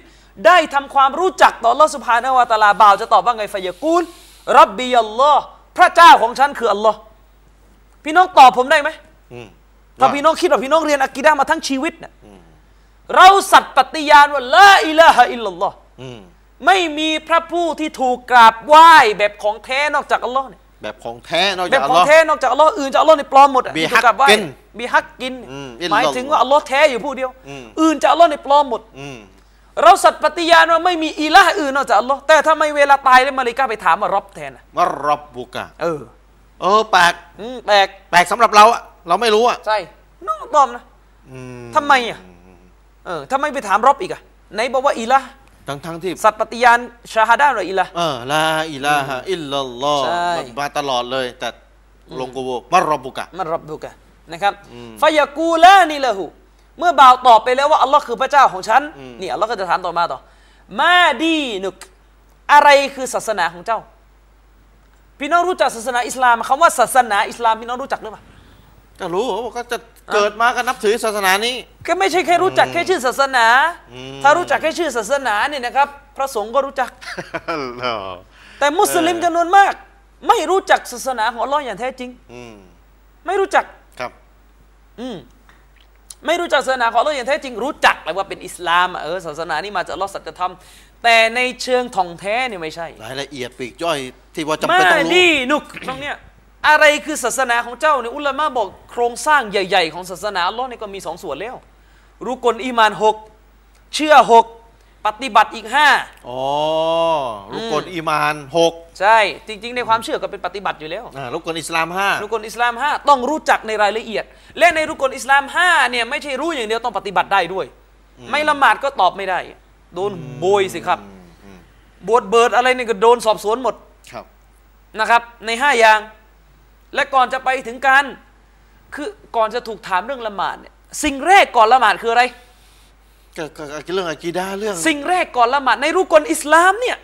B: ได้ทำความรู้จักต่ออัลลอฮ์สุบฮานะฮุวาตะอาลาบ่าวจะตอบว่าไงฟายะกูลรับบีอัลลอฮ์พระเจ้าของฉันคืออัลลอฮ์พี่น้องตอบผมได้ไหม
A: อืม
B: ถ้าพี่น้องคิดว่าพี่น้องเรียนอะกิดะห์มาทั้งชีวิตเนี่ยเราสัตย์ปฏิญาณว่าละอิลาฮะอิลลัลลอฮ์
A: อืม
B: ไม่มีพระผู้ที่ถูกกราบไหว้แบบของแท้นอกจากอัลลอฮ์เนี่ย
A: แบบของแท้นอก
B: แบ
A: จาก
B: บ
A: อัล
B: ขอ
A: ล
B: ง
A: อฮ์
B: แท้นอกจากอัลลอฮ์อื่นจากอัลลอฮ์ในยปลอมหมดอะ
A: บิฮัก
B: ที่ถูกราบไหว้
A: กิน
B: บิฮักกิน
A: อืมอิลลัลลอฮ์
B: หมายถึงว่าอัลลอฮ์แท้อยู่ผู้เดียว
A: อืม
B: อื่นจากอัลลอฮ์ในยปลอมหมด
A: อืม
B: เราสัตย์ปฏิญาณว่าไม่มีอีละอื่นนอกจากอัลลอฮ์แต่ทำไมเวลาตายแล้วมาเลกาไปถามมารอบแทนอะ
A: มารอบบุกะ
B: เออ
A: เออแปลก
B: อืมแปลก
A: แปลกสำหรับเราอะเราไม่รู้อะ
B: ใช่น้องตอมนะ
A: อืม
B: ทำไมอะเออทำไมไปถามรอบอีกอะไหนบอกว่าอีละ
A: ทั้งทั้งที่
B: สัตย์ปฏิญาณชาฮาดาหรืออีละ
A: เออลาอิลาฮะอิลลัลลอฮ์
B: ใช่
A: มันมาตลอดเลย แต่ลงกูโบมารอบบุกะ
B: มันรับบุกะนะครับฟายากูลานี่ละหูเมื่อบ่าวตอบไปแล้วว่าอัลลอฮ์คือพระเจ้าของฉันนี่อัลลอฮ์ก็จะถามต่อมาต่อ มาดีนุก อะไรคือศาสนาของเจ้า พี่น้องรู้จักศาสนาอิสลามคำว่าศาสนาอิสลามพี่น้องรู้จักหรือเปล่า
A: ก็รู้เขาบอกก็จะเกิดมาก็นับถือศาสนา นี้
B: ก็ไม่ใช่แค่รู้จักแค่ชื่อศาสนา ถ้ารู้จักแค่ชื่อศาสนาเนี่ยนะครับ พระสงฆ์ก็รู้จัก
A: เหรอ
B: แต่มุสลิมจำนวนมาก ไม่รู้จักศาสนาของอัลลอฮ์อย่างแท้จริง
A: อืม
B: ไม่รู้จัก
A: ครับ
B: อืมไม่รู้จักศาสนาของอัลลอฮ์อย่างแท้จริงรู้จักเลยว่าเป็นอิสลามอะเออศาสนานี่มาจากอัลลอฮ์สัจธรรม แต่ในเชิงท่องแท้เนี่ยไม่ใช่
A: รายละเอียดปลีกย่อยที่ว่าจำ
B: มา
A: เป็นต้องรู้
B: ดีนุก ตรงเนี้ยอะไรคือศาสนาของเจ้าเนี่ยอุลามะบอกโครงสร้างใหญ่ ๆ ของศาสนาอัลลอฮ์เนี่ยก็มีสองส่วนแล้ว รู้กลอีมานหกเชื่อหกปฏิบัติอีกห้า
A: อ๋อลูกกลอีมานหก
B: ใช่จริง ๆ ในความเชื่อก็เป็นปฏิบัติอยู่แล้ว
A: อ่าลูกกลอิสลามห้า
B: รุกลอิสลาม 5 ต้องรู้จักในรายละเอียด และในรุกลอิสลาม5เนี่ยไม่ใช่รู้อย่างเดียวต้องปฏิบัติได้ด้วย ไม่ละหมาดก็ตอบไม่ได้ โดนโบยสิครับบวชเบิดอะไรเนี่ยก็โดนสอบสวนหมด
A: ครับ
B: นะครับ ใน 5 อย่าง และก่อนจะไปถึงการคือก่อนจะถูกถามเรื่องละหมาดเนี่ยสิ่งแรกก่อนละหมาดคืออะไร
A: ก็ก็ก็เรื่องอากีดาเรื่อง
B: สิ่งแรกก่อนละหมาดในรุกลอิสลามเนี่ย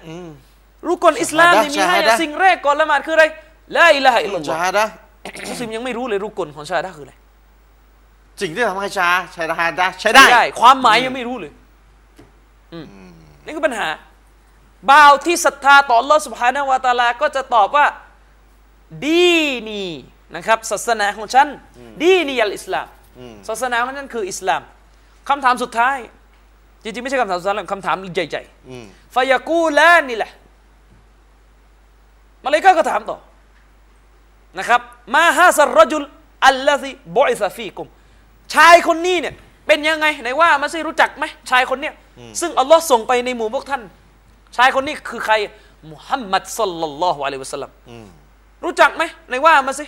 B: รุกลอิสลามเนี่ยมีให้
A: ชะฮาดะ
B: สิ่งแรกก่อนละหมาดคืออะไรละอิละฮะอิลลัลล
A: ชา
B: อฮ์
A: ฮาดะ
B: มุสลิมยังไม่รู้เลยรุกลของชาฮาดะคืออะไร
A: สิ่งที่ทำให้ชาชาฮาดะใช้ได้
B: ความหมายยังไม่รู้เลยอืมนี่คือปัญหา บ่าวที่ศรัทธาต่อ Allah Subhanahu wa Taala ก็จะตอบว่า ดีนี นะครับ ศาสนาของฉัน ดีนียัลอิสลาม
A: อืม
B: ศาสนาของฉันคืออิสลามคำถามสุดท้าย จริงๆ ไม่ใช่คำถามสุดท้ายหรอกคำถามใหญ่
A: อืม
B: ๆฟายากูลานี่แหละมาเลย์ก็ก็ถามต่อนะครับ มาฮาสรรจุลอัลลอฮิบอยซาฟีกุม ชายคนนี้เนี่ย เป็นยังไงไหนว่ามาซิรู้จักไหมชายคนเนี้ยซึ่งอัลลอฮ์ส่งไปในหมู่พวกท่าน ชายคนนี้คือใครมุฮัมมัดสัลลัลลอฮุอะลัยฮิวะสัลลัม
A: อืม
B: รู้จักไหมไหนว่ามาสิ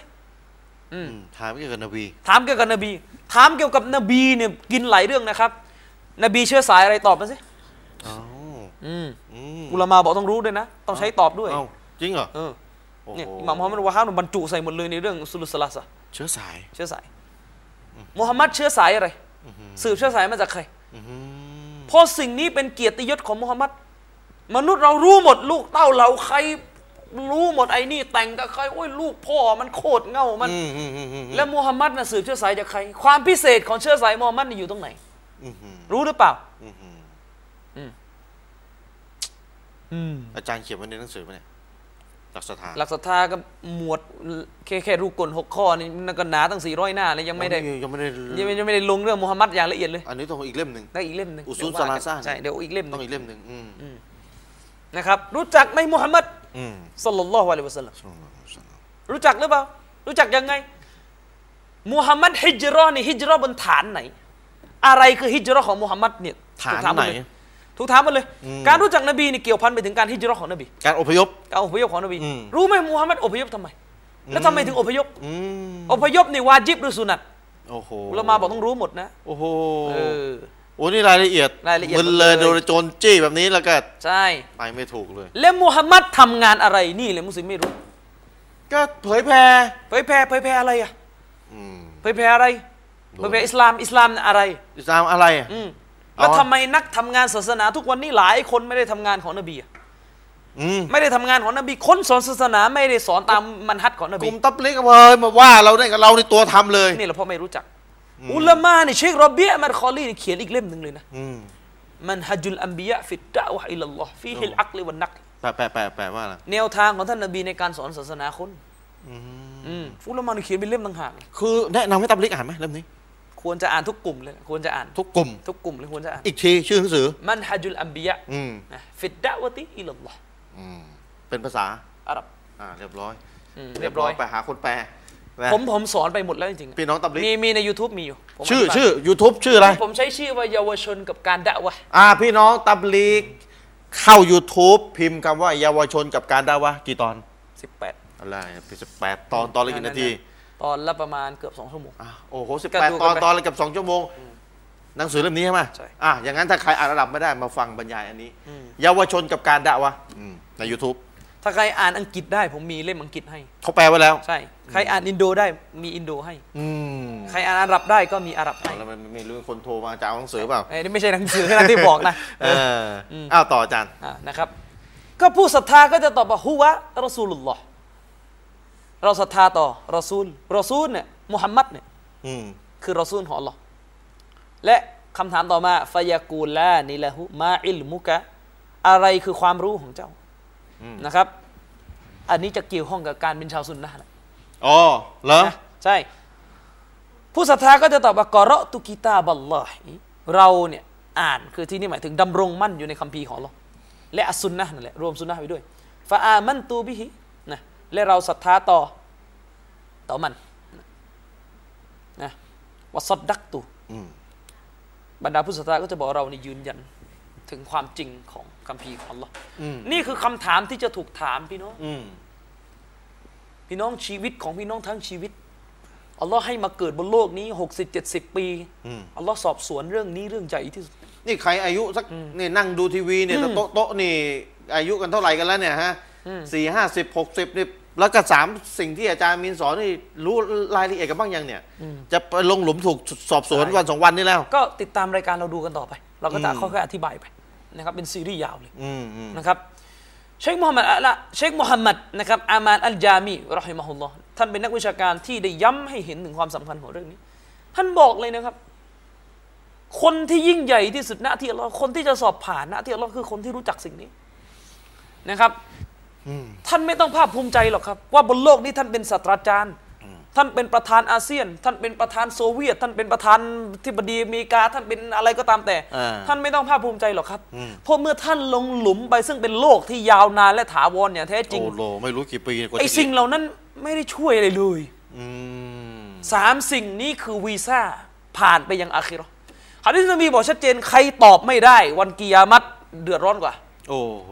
A: อืมถามเกี่ยวกับนบี
B: ถามเกี่ยวกับนบี ถามเกี่ยวกับนบีเนี่ยกินหลายเรื่องนะครับ นบีเชื่อสายอะไรตอบมาสิ
A: อ้าว
B: อืม
A: อืม
B: อุลามาบอกต้องรู้ด้วยนะ ต้องใช้ตอบด้วย
A: เอ้าจริงเหรอ
B: เออ
A: โอ้โห
B: เนี่ยอิหม่ามมุฮัมมัดวะฮาบเนี่ยบรรจุใส่หมดเลยในเรื่องสุลสลาสะ
A: เชื้อสาย
B: เชื้อสายมุฮัมมัดเชื้อสายอะไร สืบเชื้อสายมาจากใคร
A: อื้อหือ
B: เพราะสิ่งนี้เป็นเกียรติยศของมุฮัมมัดมนุษย์เรารู้หมดลูกเต้าเราใครรู้หมดไอ้นี่แต่งกับใครโอ้ยลูกพ่อมันโคตรเง่ามัน
A: อืมอืมอืมอืม
B: แล้วมุฮัมมัดน่ะสืบเชื้อสายจากใคร ความพิเศษของเชื้อสายมุฮัมมัดนี่อยู่ตรงไหน
A: อื้อหือ
B: รู้หรือเปล่า
A: อื้อหือ
B: อืม
A: อาจารย์เขียนไว้ในหนังสือไหมเนี่ยหลักสถาน
B: หลักศรัทธากับหมวดแค่แค่รูปกลหกข้อนี่มันก็หนาตั้งสี่ร้อยหน้าเลยยังไม่ได้
A: ยังไม่ได้
B: ยังไม่ยังไม่ได้ลงเรื่องมุฮัมมัดอย่างละเอียดเลย
A: อันนี้ต้องอีกเล่มหนึ่ง
B: ได้อีกเล่มหนึ่ง
A: อุซูล
B: เดี๋
A: ซา
B: ยวว่
A: ลาซ่าเนี่ย
B: ใช่เดี๋ยวอีกเล่มห
A: ต้
B: นึ่
A: อง
B: ง
A: อีกเล่มหนึ่งอืม
B: นะครับรู้จักไหมมุฮัมมัด
A: อืม
B: สัลลัลลอฮุอะลัยฮิวะสัลลัม
A: สลลัลลอฮุอะลัยฮิวะสัลลัม
B: รู้จักหรือเปล่า รู้จักยังไงมุฮัมมัดฮิจรอห์นี่ฮิจรอห์บนฐานไหน อะไรคือฮิจรอห์ของมุฮัมมัดเนี่ย
A: ฐาน
B: ถูกถมม
A: ไหน
B: เลยถูกถามมาเลย
A: อืม
B: การรู้จักนบีนี่เกี่ยวพันไปถึงการฮิจรอห์ของนบี
A: การอพยพ
B: การอพยพของนบี
A: อืม
B: รู้ไหมมุฮัมมัดอพยพทำไม แล้วทำไมถึงอพยพ
A: อืม
B: อพยพนี่วาจิบหรือสุนัต
A: โอ้โห
B: อุลามาบอกต้องรู้หมดนะ
A: โอ้โห
B: เออ
A: โอ้นี่รายละเอียด
B: รายละเอียด
A: มึนเลย
B: หมดเลย
A: โดนโจรจี้แบบนี้แล้วก็
B: ใช่
A: ไปไม่ถูกเลย
B: แล้วมุฮัมมัดทำงานอะไรนี่เลยมุสลิมไม่รู้
A: ก็เผยแพร่
B: เผยแพร่เผยแพร่อะไรอ่ะ
A: อืม
B: เผยแพร่อะไร
A: รู้
B: เผยแพร่อิสลามอิสลามอะไร
A: อิสลามอะไรอะ
B: อืม
A: เอา
B: แล้วทำไมนักทำงานศาสนาทุกวันนี้หลายคนไม่ได้ทำงานของนบีอะ
A: อืม
B: ไม่ได้ทำงานของนบีคนสอนศาสนาไม่ได้สอนตามมันฮัดของน
A: ก
B: บี
A: ลุ่มตับลิกเผยมาว่าเราได้กับเราในตัวทำเลย
B: นี่เราเพราะไม่รู้จัก อุลามาเนี่ยเชครอเบียะมันคอลลีนี่เขียนอีกเล่มหนึ่งเลยนะ
A: อืม
B: มันฮัจุลอัมบียะฟิดดะวะอิลลัลลอฮ์ฟีฮิลอักลิวันนักล
A: แปลแปลแปลแปลว่าอะไร
B: แนวทางของท่านนบีในการสอนศาสนาคนอืมฟุลามานเขียนเป็นเล่มต่างหาก
A: คือแนะนำให้ตับลิกอ่านไหมเล่มนี้
B: ควรจะอ่านทุกกลุ่มเลย ควรจะอ่าน
A: ทุกกลุ่ม
B: ทุกกลุ่มเลยควรจะอ่าน
A: อีกทีชื่อหนังสือ
B: มันฮะจุลอัมบียะ
A: อืม
B: นะฟิดดะวะติอิลลัลลอฮ์
A: อืมเป็นภาษา
B: อาหรับ
A: อ่า เรียบร้อย
B: อืมเรียบร้อย
A: ไปหาคนแปลนะ
B: ผมผมสอนไปหมดแล้วจริง
A: พี่น้องตับลิก
B: ๆมีมีใน YouTube มีอยู่ผม
A: ชื่อ
B: ธิบาย
A: ชื่อ YouTube ชื่ออะไร
B: ผมใช้ชื่อว่าเยาวชนกับการดะวะ
A: อ่าพี่น้องตับลีกเข้า YouTube พิมพ์คำว่าเยาวชนกับการดาวะกี่ตอน
B: 18
A: อะไรพี่สิบแปดตอนตอนละกี่นาที
B: ตอนละประมาณเกือบ 2 ชั่วโมง
A: อ่ะโอ้โหสิบ
B: ก็
A: แปด
B: ดูกัน
A: ตอน
B: ไป
A: ตอนละเกับสองชั่วโมง หนังสือเล่มนี้ใช่ไหม
B: ใช่
A: อ่ะอย่างนั้นถ้าใครอ่านระดับไม่ได้มาฟังบรรยายอันนี้ เยาวชนกับการดาวะอืมใน YouTube
B: ถ้าใครอ่านอังกฤษได้ผมมีเล่มอังกฤษให้
A: เขาแปลไว้แล้ว
B: ใช่ ใครอ่านอินโดได้มีอินโดให้
A: อืม
B: ใครอ่านอาหรับได้ก็มีอาหรับให้
A: แล้วมันไม่รู้คนโทรมาจะเอาหนังสือเปล่า
B: เอ้ยนี่ไม่ใช่หนังสือนะที่บอกนะ
A: เอออ้าวต่ออาจารย์
B: อ่านะครับก็ผู้ศรัทธาก็จะตอบว่าฮุวะรอซูลุลลอฮ์เราศรัทธาต่อรอซูลรอซูลเนี่ยมุฮัมมัดเนี่ย
A: อืม
B: คือรอซูลของอัลลอฮ์และคำถามต่อมาฟายากูลานิละฮุมาอิลมุกะอะไรคือความรู้ของเจ้านะครับ อันนี้จะเกี่ยวข้องกับการเป็นชาวซุนนะห์นะ
A: อ๋อเหรอ
B: นะใช่ ผู้ศรัทธาก็จะตอบว่ากอเราะตุกิตาบัลลอฮ์เราเนี่ยอ่านคือที่นี่หมายถึงดำรงมั่นอยู่ในคัมภีร์ของเราและอัสซุนนะห์นั่นแหละรวมซุนนะห์ไว้ด้วยฟาอามันตูบิฮินะและเราศรัทธาต่อต่อมันนะวัสดดักตุ
A: อืม
B: บรรดาผู้ศรัทธาก็จะบอกเรานี่ยืนยันถึงความจริงของคัมภีร์ของเรา
A: อืม
B: นี่คือคำถามที่จะถูกถามพี่น้อง
A: อืม
B: พี่น้องชีวิตของพี่น้องทั้งชีวิตอัลลอฮ์ให้มาเกิดบนโลกนี้หกสิบเจ็ดสิบปีอัลลอฮ์สอบสวนเรื่องนี้เรื่องใหญ่ที่สุด
A: นี่ใครอายุสักนี่นั่งดูทีวีเนี่ยแต่โต๊ะโต๊ะนี่ อายุกันเท่าไหร่กันแล้วเนี่ยฮะสี่ห้าสิบหกสิบนี่แล้วก็สามสิ่งที่อาจารย์มินสอนนี่รู้รายละเอียดกันบ้างยังเนี่ย จะไปลงหลุมถูกสอบสวน
B: ใช่
A: วันสองวันนี่แล้ว
B: ก็ติดตามรายการเราดูกันต่อไป เราก็จะค่อยๆอธิบายไปนะครับเป็นซีรีส์ยาวเลย
A: อืมอืม
B: นะครับเชคมูฮัมหมัดอะละเชคมูฮัมหมัดนะครับอามานอัลจามีรอฮิมะฮุลลอฮ์ท่านเป็นนักวิชาการที่ได้ย้ำให้เห็นถึงความสำคัญของเรื่องนี้ ท่านบอกเลยนะครับ คนที่ยิ่งใหญ่ที่สุดหน้าที่อัลลอฮ์คนที่จะสอบผ่านหน้าที่อัลลอฮ์คือคนที่รู้จักสิ่งนี้นะครับ ท่านไม่ต้องภาคภูมิใจหรอกครับ ว่าบนโลกนี้ท่านเป็นศาสตราจารย์ ท่านเป็นประธานอาเซียน ท่านเป็นประธานโซเวียต ท่านเป็นประธานธิบดีอเมริกา ท่านเป็นอะไรก็ตามแต่
A: อ่า
B: ท่านไม่ต้องภาคภูมิใจหรอกครับ เพราะเมื่อท่านลงหลุมไปซึ่งเป็นโลกที่ยาวนานและถาวรอย่างแท้จริง
A: โอ้โหไม่รู้กี่ปีกว่า
B: ไอ้
A: จะ
B: สิ่งเหล่านั้นไม่ได้ช่วยอะไรเลย
A: อืม
B: สามสิ่งนี้คือวีซ่าผ่านไปยังอาคิเราะห์ฮะดิษนบีบอกชัดเจนใครตอบไม่ได้ วันกิยามัตเดือดร้อนกว่า
A: โอ้โห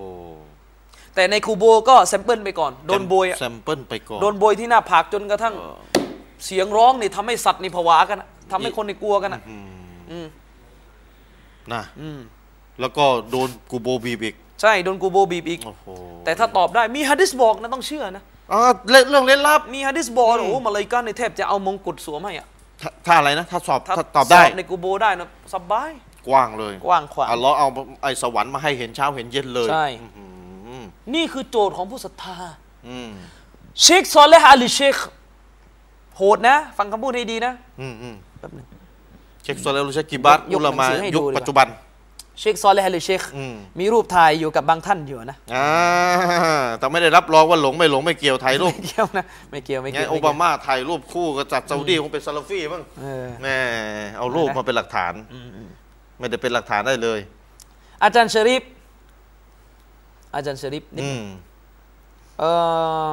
B: แต่ในคูโบก็แซมเปิลไปก่อน โดนโบยอะ
A: แซมเปิลไปก่อน
B: โดนโบยที่หน้าผากจนกระทั่ง เสียงร้องนี่ทำให้สัตว์นี่ผวากันอะทำให้คนนี่กลัวกันอะ
A: นะแล้วก็โดนกูโบบีบอีก
B: ใช่ โดนกูโบบีบอีก
A: โอ้โห
B: แต่ถ้าตอบได้มีฮะดิษบอกนะต้องเชื่อนะ
A: อ่าเล่นเรื่องเล่นลับ
B: มีฮะดิษบอกนะโอ้โหมาเลายกันในยแทบจะเอามงกุฎสวมให้อะ
A: ถ้าถ้าอะไรนะ ถ้าสอบถ้าตอบได้
B: สในกูโบได้นะสบาย
A: กว้างเลย
B: กว้างขวาง
A: อัลเลอฮ์เอาไอ้สวรรค์มาให้เห็นเช้าเห็นเย็นเลย
B: ใช่
A: อืม
B: นี่คือโจทย์ของผู้ศรัทธา
A: อืม
B: เชคซอลเลฮอาลีเชคโหดนะ ฟังคำพูดให้ดีนะ
A: อืมอืม
B: แป๊บหนึง
A: เช็คโซเลรุชกิบัต
B: ย
A: อุ
B: ก
A: ลามา
B: หนังสือให้ดู
A: ยุค
B: ดีกว่า
A: ปัจจุบัน
B: เชคซอลเลฮอาลีเชค
A: อืม
B: มีรูปถ่ายอยู่กับบางท่านอยู่นะ
A: อ่าแต่ไม่ได้รับรองว่าหลงไม่หลงไม่เกี่ยวถ่ายรูป
B: ไม่เกี่ยวนะไม่เกี่ยวไม่
A: ไง
B: เกี่ยว
A: โอ
B: ไม่เกี่
A: บา
B: ยว
A: มาถ่ายรูปคู่กับจัดซาอุดีคงเป็นซาลาฟีบ้าง
B: เออ
A: แหม่เอารูปมาเป็นหลักฐานไม่ได้เป็นหลักฐานได้เลย
B: อาจารย์ชะริฟอาจารย์ชะริฟนี่
A: อืม
B: เอ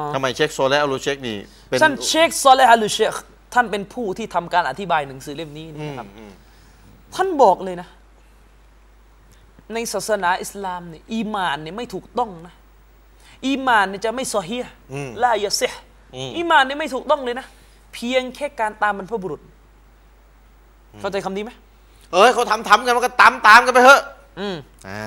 B: อ
A: ทำไมเช็คโซเลอรุเช็คนี่เป็น
B: ท่านเชคซอลเลฮอาลีเชคท่านเป็นผู้ที่ทำการอธิบายหนังสือเล่มนี้นี่นะครับท่านบอกเลยนะ ในศาสนาอิสลามเนี่ยอีหมานเนี่ยไม่ถูกต้องนะ อีหมานเนี่ยจะไม่ซอฮีฮ์ลายะเซฮ์อีหมานเนี่ยไม่ถูกต้องเลยนะ เพียงแค่การตามบรรพบุรุษ เข้าใจคำนี้ไหม
A: เอ้ยเขาทำทำๆกันมันก็ตามตามๆกันไปเถอะ
B: อืม
A: อ่า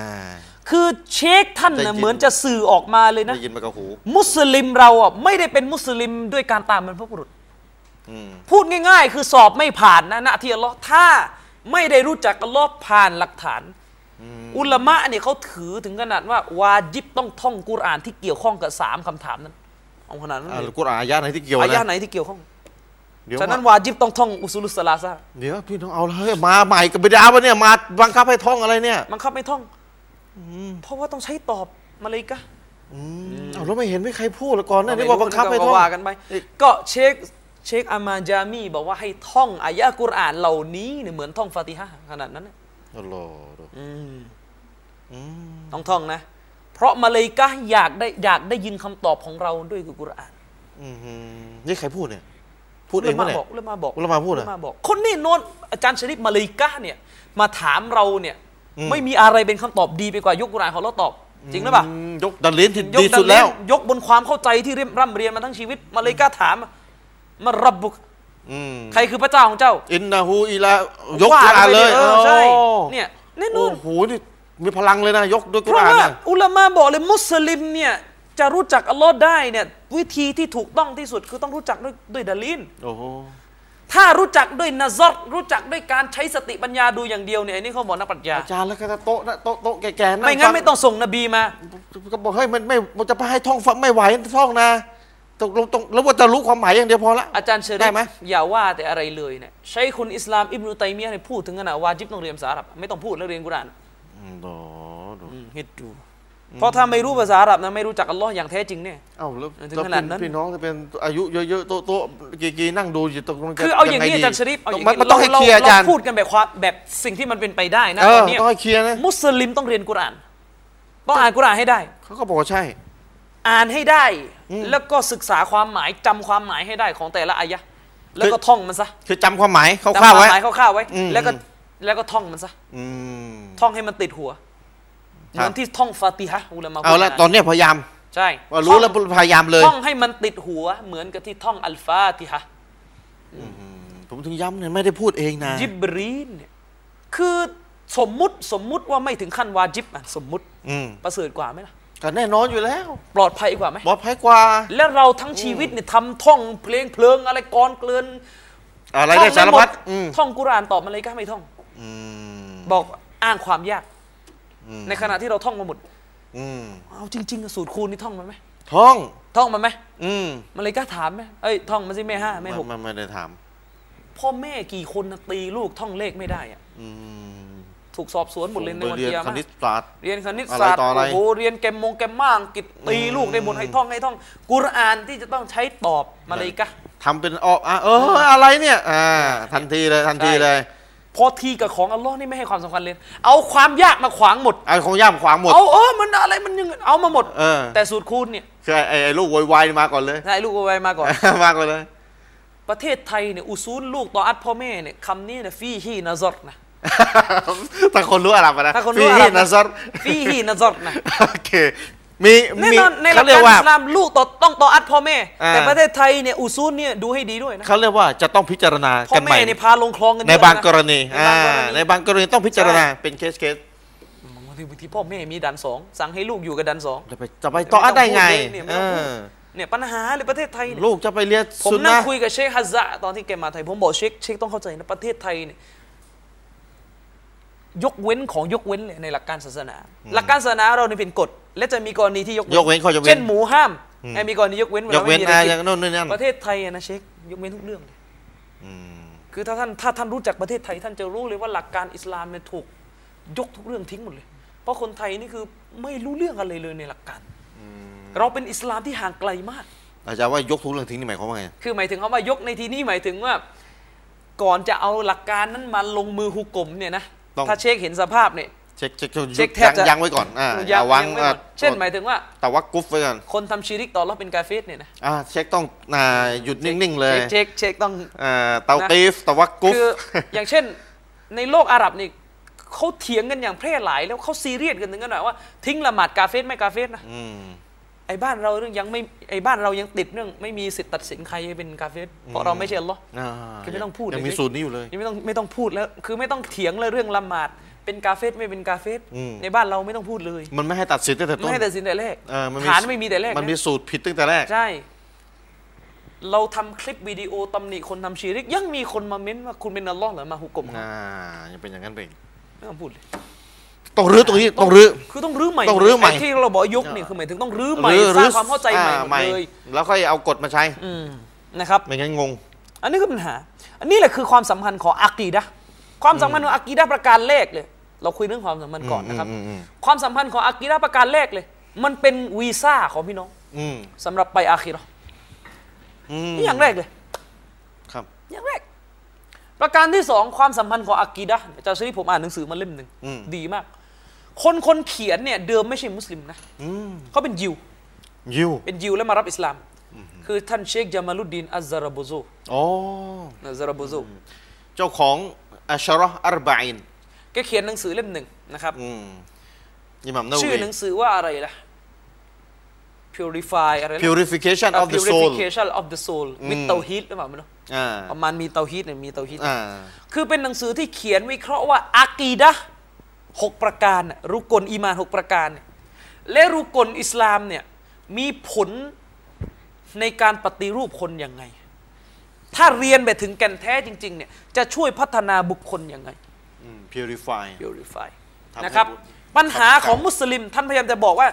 B: คือเชคท่าน
A: ได้ยิ
B: นะ
A: น
B: เหมือนจะสื่อออกมาเลยนะ
A: ได้ยินมากับหู
B: มุสลิมเราอ่ะไม่ได้เป็นมุสลิมด้วยการตามบรรพบุรุษพูดง่าย ๆ คือสอบไม่ผ่านนะณที่อัลลอฮ์ถ้าไม่ได้รู้จักอัลลอฮ์ผ่านหลักฐาน อุลามะเนี่ยเขาถือถึงขนาดว่า วาจิบต้องท่องกุรอานที่เกี่ยวข้องกับสามคำถามนั้นเอาขนาดนั้น
A: อ่า
B: เลย
A: กุรอานอายะไหนที่เกี่ยว
B: อายะ
A: นะ
B: ไหนที่เกี่ยวข้อง
A: เดี๋ยว
B: ฉะนั้
A: มาว
B: นาจิบต้องท่องอุซูลุสสลาซา
A: เดี๋ยวพี่น้องเอาแล้วเฮ้ยมาใหม่กับบิดาวะเนี่ยมาบังคับให้ท่องอะไรเนี่ย
B: บังคับไม่ท่องเพราะว่าต้องใช้ตอบมาเลยกะ
A: เอาแล้วไม่เห็นไม่ใครพูดแล้วก่อนหนะนี่ว่าบังคับให้
B: ก็
A: ท่อง
B: ว่ากันไปก็เช็คเช็คอามานจามีบอกว่าให้ท่องอายะกุรอานเหล่านี้เนี่ยเหมือนท่องฟาติฮะห์ขนาดนั้นน่ะ
A: อัลลอฮ์
B: ต้องท่องนะ เพราะมาเลายกะห์อยากได้อยากได้ยินคำตอบของเราด้วยคือกุรอาน
A: อื้อหือนี่ใครพูดเนี่ย พูดเองปะ
B: มา
A: เนี่ย
B: บอกเลมาบอก
A: อุลามาพูดเหรอ
B: เลมาบอก คนนี่โนนอาจารย์ชริปมาเลายกะห์เนี่ยมาถามเราเนี่ยไม่มีอะไรเป็นคำตอบดีไปกว่ายกกุรอานของเราตอบ จริงหรือเปล่า
A: อืมยกดันลินที่
B: ยก
A: ดีสุดแล้ว
B: ยกบนความเข้าใจที่เรียนร่ำเรียนมาทั้งชีวิต มาเลายกะห์ถามมารับบุก
A: อืม
B: ใครคือพระเจ้าของเจ้า
A: อินนาฮูอีลายกกุร
B: ว่
A: อาน
B: ไป
A: เลย
B: เออใช่
A: โอ้
B: เนี่ยแน่นอ
A: โอ้
B: น
A: โหนี่มีพลังเลยนะ ยกด้วยกุร
B: เพราะ
A: อาน
B: ว่า
A: นะ
B: อุลามะบอกเลยมุสลิมเนี่ยจะรู้จักอัลลอฮ์ได้เนี่ยวิธีที่ถูกต้องที่สุดคือต้องรู้จักด้วยด้วยดลิน
A: โอ้โห
B: ถ้ารู้จักด้วยนะซอรรู้จักด้วยการใช้สติปัญญาดูอย่างเดียวเนี่ยอันนี้เขาบอกนักปรัชญา
A: อาจารย์แล้วก็โต๊ะนะโต๊ะโต๊ะแก่ๆนั่
B: ไม่งั้น
A: ฟั
B: ไม่ต้องส่งนบีมา
A: ก็บอกเฮ้ยมันไม่มันจะไปให้ท่องฟังไม่ไหวท่องนะตกลงตรงแล้วว่าจะรู้ความหมายอย่างเดียวพอละ
B: อาจารย์เชอ
A: ได้
B: ริฟ
A: ไหม
B: อย่าว่าแต่อะไรเลยเนี่ยใช้คุณอิสลามอิบนุตัยมียะห์เนี่ยพูดถึงขนาดวาจิบต้องเรียนภาษาอาหรับไม่ต้องพูดแล้วเรียนกุรอาน
A: อ๋อดู
B: เฮ็ดดูเพราะถ้าไม่รู้ภาษาอาหรับนะไม่รู้จักอัลลอฮ์อย่างแท้จริงเนี่ย
A: เอ้าแล้ว
B: ถึง
A: แล้ว
B: ข
A: เป็น
B: นาดนั้น
A: พี่น้องจะเป็นอายุเยอะๆโต๊ะโต๊ะๆกี่ๆนั่งดูอยู่ตกลงจะ
B: คือเอาอย่างนี้
A: ไดี
B: อาจารย์ชริปเอาอย่าง
A: มันมันต้องให้เคลียร์อาจารย์
B: พูดกันแบบความแบบสิ่งที่มันเป็นไปได้นะ
A: เอ
B: ต
A: อ
B: อนเนี้ย
A: ต้องให้เคลียร์นะ
B: มุสลิมต้องเรียนกุรอาน ต้องอ่านกุรอานให้ได้
A: เขาก็บอกว่าใช่
B: อ่านให้ได้ แล้วก็ศึกษาความหมายจำความหมายให้ได้ของแต่ละอายะห์แล้วก็ท่องมันซะ
A: คือจำความหมายเขา
B: จำค
A: ข้าว
B: วาม
A: ไว้
B: หมายคร่าวๆไว้
A: อืม
B: แล้วก็แล้วก็ท่องมันซะ
A: อืม
B: ท่องให้มันติดหัว
A: ค
B: เห
A: รับ
B: มือนที่ท่องฟาติฮะห์อุลามะ
A: เอาละ
B: พูด
A: ตอนเนี้ยพยายาม
B: ใช่
A: ว่ารู้แล้วพยายามเลย
B: ท่องให้มันติดหัว เหมือนกับที่ท่องอัลฟาติฮะห์
A: ผมถึงย้ำเนี่ยไม่ได้พูดเองนะ
B: ยิบรีนเนี่ยคือสมมุติสมมุติว่าไม่ถึงขั้นวาจิบอ่ะสมมุติ
A: อืม
B: ประเสริฐกว่าไหมล่ะ
A: ก็แน่นอนอยู่แล้ว
B: ปลอดภัยกว่าไหม
A: ปลอดภัยกว่า
B: และเราทั้งชีวิตเนี่ยทำท่องเพลงเพลิงอะไรกรอนเกลือน
A: อะไรได้สารพัด
B: ท่อง
A: อืม
B: ไม่หมท่องกุรอานตอบมาเลยก็ไม่ท่อง
A: อืม
B: บอกอ้างความยาก
A: อืม
B: ในขณะที่เราท่องมาหมด
A: อืม
B: เอาจริงๆอะสูตรคูณนี่ท่องมันไหม
A: ท่อง
B: ท่องมันไหม
A: อืม
B: มาเลยก็ถามไหมเอ้ยท่องมาสิแม่ห้าแม่หก
A: ไไม่ได้ถาม
B: พ่อแม่กี่คนน่ะตีลูกท่องเลขไม่ได้อะ
A: อืม
B: ถูกสอบสวนหมดเลยใน
A: ไป
B: วัน
A: เรียน
B: เกียร์
A: ค
B: มา
A: ณิตศาสตร์
B: เรียนคณิตศาสตร์
A: อะไรต่ออะไร
B: โอ้โหเรียนแกมมงแกมมาอังกิจตีลูกในบทให้ท่องให้ท่องกุรอานที่จะต้องใช้ตอบมาเลยกะห์
A: ทำเป็นออกอ่ะเอออะไรเนี่ยอ่าทันทีเลยทันทีเลย
B: พอทีกับของอัลลอฮ์นี่ไม่ให้ความสำคัญเลย เอาความยากมาขวางหมด
A: ไอ้ของย่ามขวางหมด
B: เอาเออมันอะไรมันยังเอามาหมด
A: เออ
B: แต่สูตรคูณเนี่ย
A: คือไอ้ไอ้ลูกวอยวายนี่มาก่อนเลย
B: นายลูกเอาไว้มาก่อน
A: มาก่อน เลย
B: ประเทศไทยเนี่ยอุซูลลูกต่ออัดพ่อแม่เนี่ยคำนี้เนี่ยฟีฮีนะซอรนะ
A: ถ้าคนรู้อาหรับอะนะ
B: ถ้าคน
A: ฟี
B: รู้อาหรับ
A: ฮีนะซอร
B: ฟีฮีนะซอร นะ
A: โอเคมี
B: แน่
A: มี
B: นอนในหลั
A: เขา
B: ก
A: เรีย
B: กาก ร
A: ว่า
B: อิสลามลูกต่อต้องต่ออัดพ่อแม่
A: อ่า
B: แต่ประเทศไทยเนี่ยอุซูลเนี่ยดูให้ดีด้วยนะ
A: เขาเรียกว่าจะต้องพิจารณา
B: พ่อ
A: กันให
B: แม่
A: ม่
B: เนี่ยพาลงคลองกันเย
A: ใน
B: อะะ
A: บางกรณี
B: ใน
A: อ่า
B: บางกร
A: ใน
B: ณี
A: บางกรณีต้องพิจารณาเป็นเคสเคส
B: บางทีบางทีพ่อแม่มีดันสองสั่งให้ลูกอยู่กับดันสอง
A: จะไปจะไปต่ออะได้ไง
B: เนี่ยม่
A: เอ
B: ต้องพูด
A: อ
B: เนี่ยปัญหาเลยประเทศไทยเนี่ย
A: ลูกจะไปเรียน
B: ผม
A: สุน
B: นั่ง
A: นะ
B: คุยกับเชคฮัซะตอนที่แกมาไทย ผมบอกเชคเชคต้องเข้าใจนะประเทศไทยเนี่ยยกเว้นของยกเว้นเลยในหลักการศาสนา หลักการศาสนาเราเนี่ยเป็นกฎ และจะมีกรณีที่ยก
A: ยกเว้นข้อยกเว้
B: เช่
A: น
B: นหมูห้าม
A: อืม
B: ไอ้มีกรณียกเว้นวลาย
A: กเว้น
B: ไม่มี
A: อะไร
B: อะไร
A: อย่างโน่นนี่นั่น
B: ประเทศไทยอะนะเชคยกเว้นทุกเรื่องเลย
A: อืม
B: คือถ้าท่านถ้าท่านรู้จักประเทศไทย ท่านจะรู้เลยว่าหลักการอิสลามเนี่ยถูกยกทุกเรื่องทิ้งหมดเลย เพราะคนไทยนี่คือไม่รู้เรื่องอะไรเลยในหลักการ เราเป็นอิสลามที่ห่างไกลมาก
A: อาจารย์ว่ายกทุกเรื่องทิ้งนี่หมายความว่าไง
B: คือหมายถึงเขามายกในทีนี้หมายถึงว่า ก่อนจะเอาหลักการนั้นมาลงมือฮุกกลมเนี่ยนะ
A: ต้อง
B: ถ้าเช็คเห็นสภาพเนี่ย
A: เช็คเช็ค
B: เช็คแทบจะ
A: ยังไว้ก่อนอ่าอย่าวาง
B: ยัไม่หม
A: อ่า
B: ดเช่นหมายถึงว่า
A: แต่ว่ากุ๊บไว้ก่อน
B: คนทำชีริกต่อเราเป็นกาเฟสเนี่ยนะ
A: อ่าเช็คต้องอ่าหยุดนิ่งๆเลย
B: เช็คเช็คต้อง
A: อ่าเตา
B: นะ
A: ตีฟแต่ว่ากุ๊บ
B: คืออย่างเช่น ในโลกอาหรับนี่เขาเถียงกันอย่างแพร่หลายแล้วเขาซีเรียสกันถึงขนาดว่าทิ้งละหมาดกาเฟสไม่กาเฟสนะ
A: อืม
B: ไอ้บ้านเราเรื่องยังไม่ไอ้บ้านเรายังติดเรื่องไม่มีสิทธิ์ตัดสินใครให้เป็นกาเฟสเพราะเราไม่ใช่อัลลอฮ์
A: อ่า
B: คือไม่ต้องพูด
A: ยัง
B: เลย
A: มีสูตรนี้อยู่เลย
B: นี่ไม่ต้องไม่ต้องพูดแล้ว คือไม่ต้องเถียงเลยเรื่องละหมาด เป็นกาเฟสไม่เป็นกาเฟส
A: อืม
B: ในบ้านเราไม่ต้องพูดเลย
A: มันไม่ให้ตัดสินตั้งแต่ต้
B: ไม่
A: น
B: ให้ตัดสินแต่แรก
A: เออมัน
B: ฐานไม่มีแต่แรก
A: มันมี
B: นะ
A: สูตรผิดตั้งแต่แรก
B: ใช่ เราทำคลิปวิดีโอตำหนิคนทำชีริก ยังมีคนมาเม้นว่าคุณเป็นอัลลอฮ์เหรอมาหุกกลมเขา
A: อ่ายังเป็นอย่างนั้นไปอีก
B: ไม่ต้องพูดเลย
A: ต้องรื้อตรงนี้ต้องรื้อ
B: คือต้องรื้อใหม่
A: ต้องรื้อใหม่
B: ไที่เราบอกยกเนี่ยคือหมายถึงต้องรื้อใหม่
A: รื้อ
B: สร้าง
A: อ
B: ความเข้าใจใหม่
A: อ่
B: หมดเลย
A: แล้วค่อยเอากฎมาใช้
B: อืมนะครับ
A: ไม่งั้นงง
B: อันนี้คือปัญหา อันนี้แหละคือความสัมพันธ์ของอากีดะห์ความสัมพันธ์ของอากีดะห์ประการแรกเลย เราคุยเรื่องความสัมพันธ์ก่อนนะครับ
A: อืมอืมอืม
B: ความสัมพันธ์ของอากีดะห์ประการแรกเลย มันเป็นวีซ่าของพี่น้อง
A: อืม
B: สำหรับไปอาคีเราะห์
A: อืม
B: นี่อย่างแรกเลย
A: ครับ
B: อย่างแรก ประการที่สองความสัมพันธ์ของอากีดะห์อาจารย์ชริผมอ่านหนังสือมาเล่มหนึ่ง
A: อืม
B: ดีมาก คนคนเขียนเนี่ยเดิมไม่ใช่มุสลิมนะ
A: อืม
B: เขาเป็นยิว
A: ยิว
B: เป็นยิวแล้วมารับอิสลาม คือท่านเชคจามาลุดดีนอัซซาราโบโซ
A: อ๋อ
B: อัซซาราโบโซ
A: เจ้าของอัชเราะห์อัรบะอิน
B: แกเขียนหนังสือเล่มหนึ่งนะครับ
A: อืมอิหมัมนา
B: ชื่อ
A: วี
B: หนังสือว่าอะไรล่ะ purify อะไรนะ
A: purification
B: อ่ะ
A: of the soul
B: purification of the soul มีเตาฮีดหรือเปล่าไม่รู้
A: อ่า
B: ประมาณมีเตาฮีดเนี่ยมีเตาฮีด
A: อ่า
B: คือเป็นหนังสือที่เขียนวิเคราะห์ว่าอากีดะห์หกประการน่ะรุกลอีมานหกประการเนี่ยและรุกลอิสลามเนี่ยมีผลในการปฏิรูปคนยังไง ถ้าเรียนไปถึงแก่นแท้จริง ๆ เนี่ย จะช่วยพัฒนาบุคคลยังไง
A: อืม purify
B: purify
A: ทำให้
B: นะครับ
A: บุญ
B: ปัญหาของมุสลิม ท่านพยายามจะบอกว่า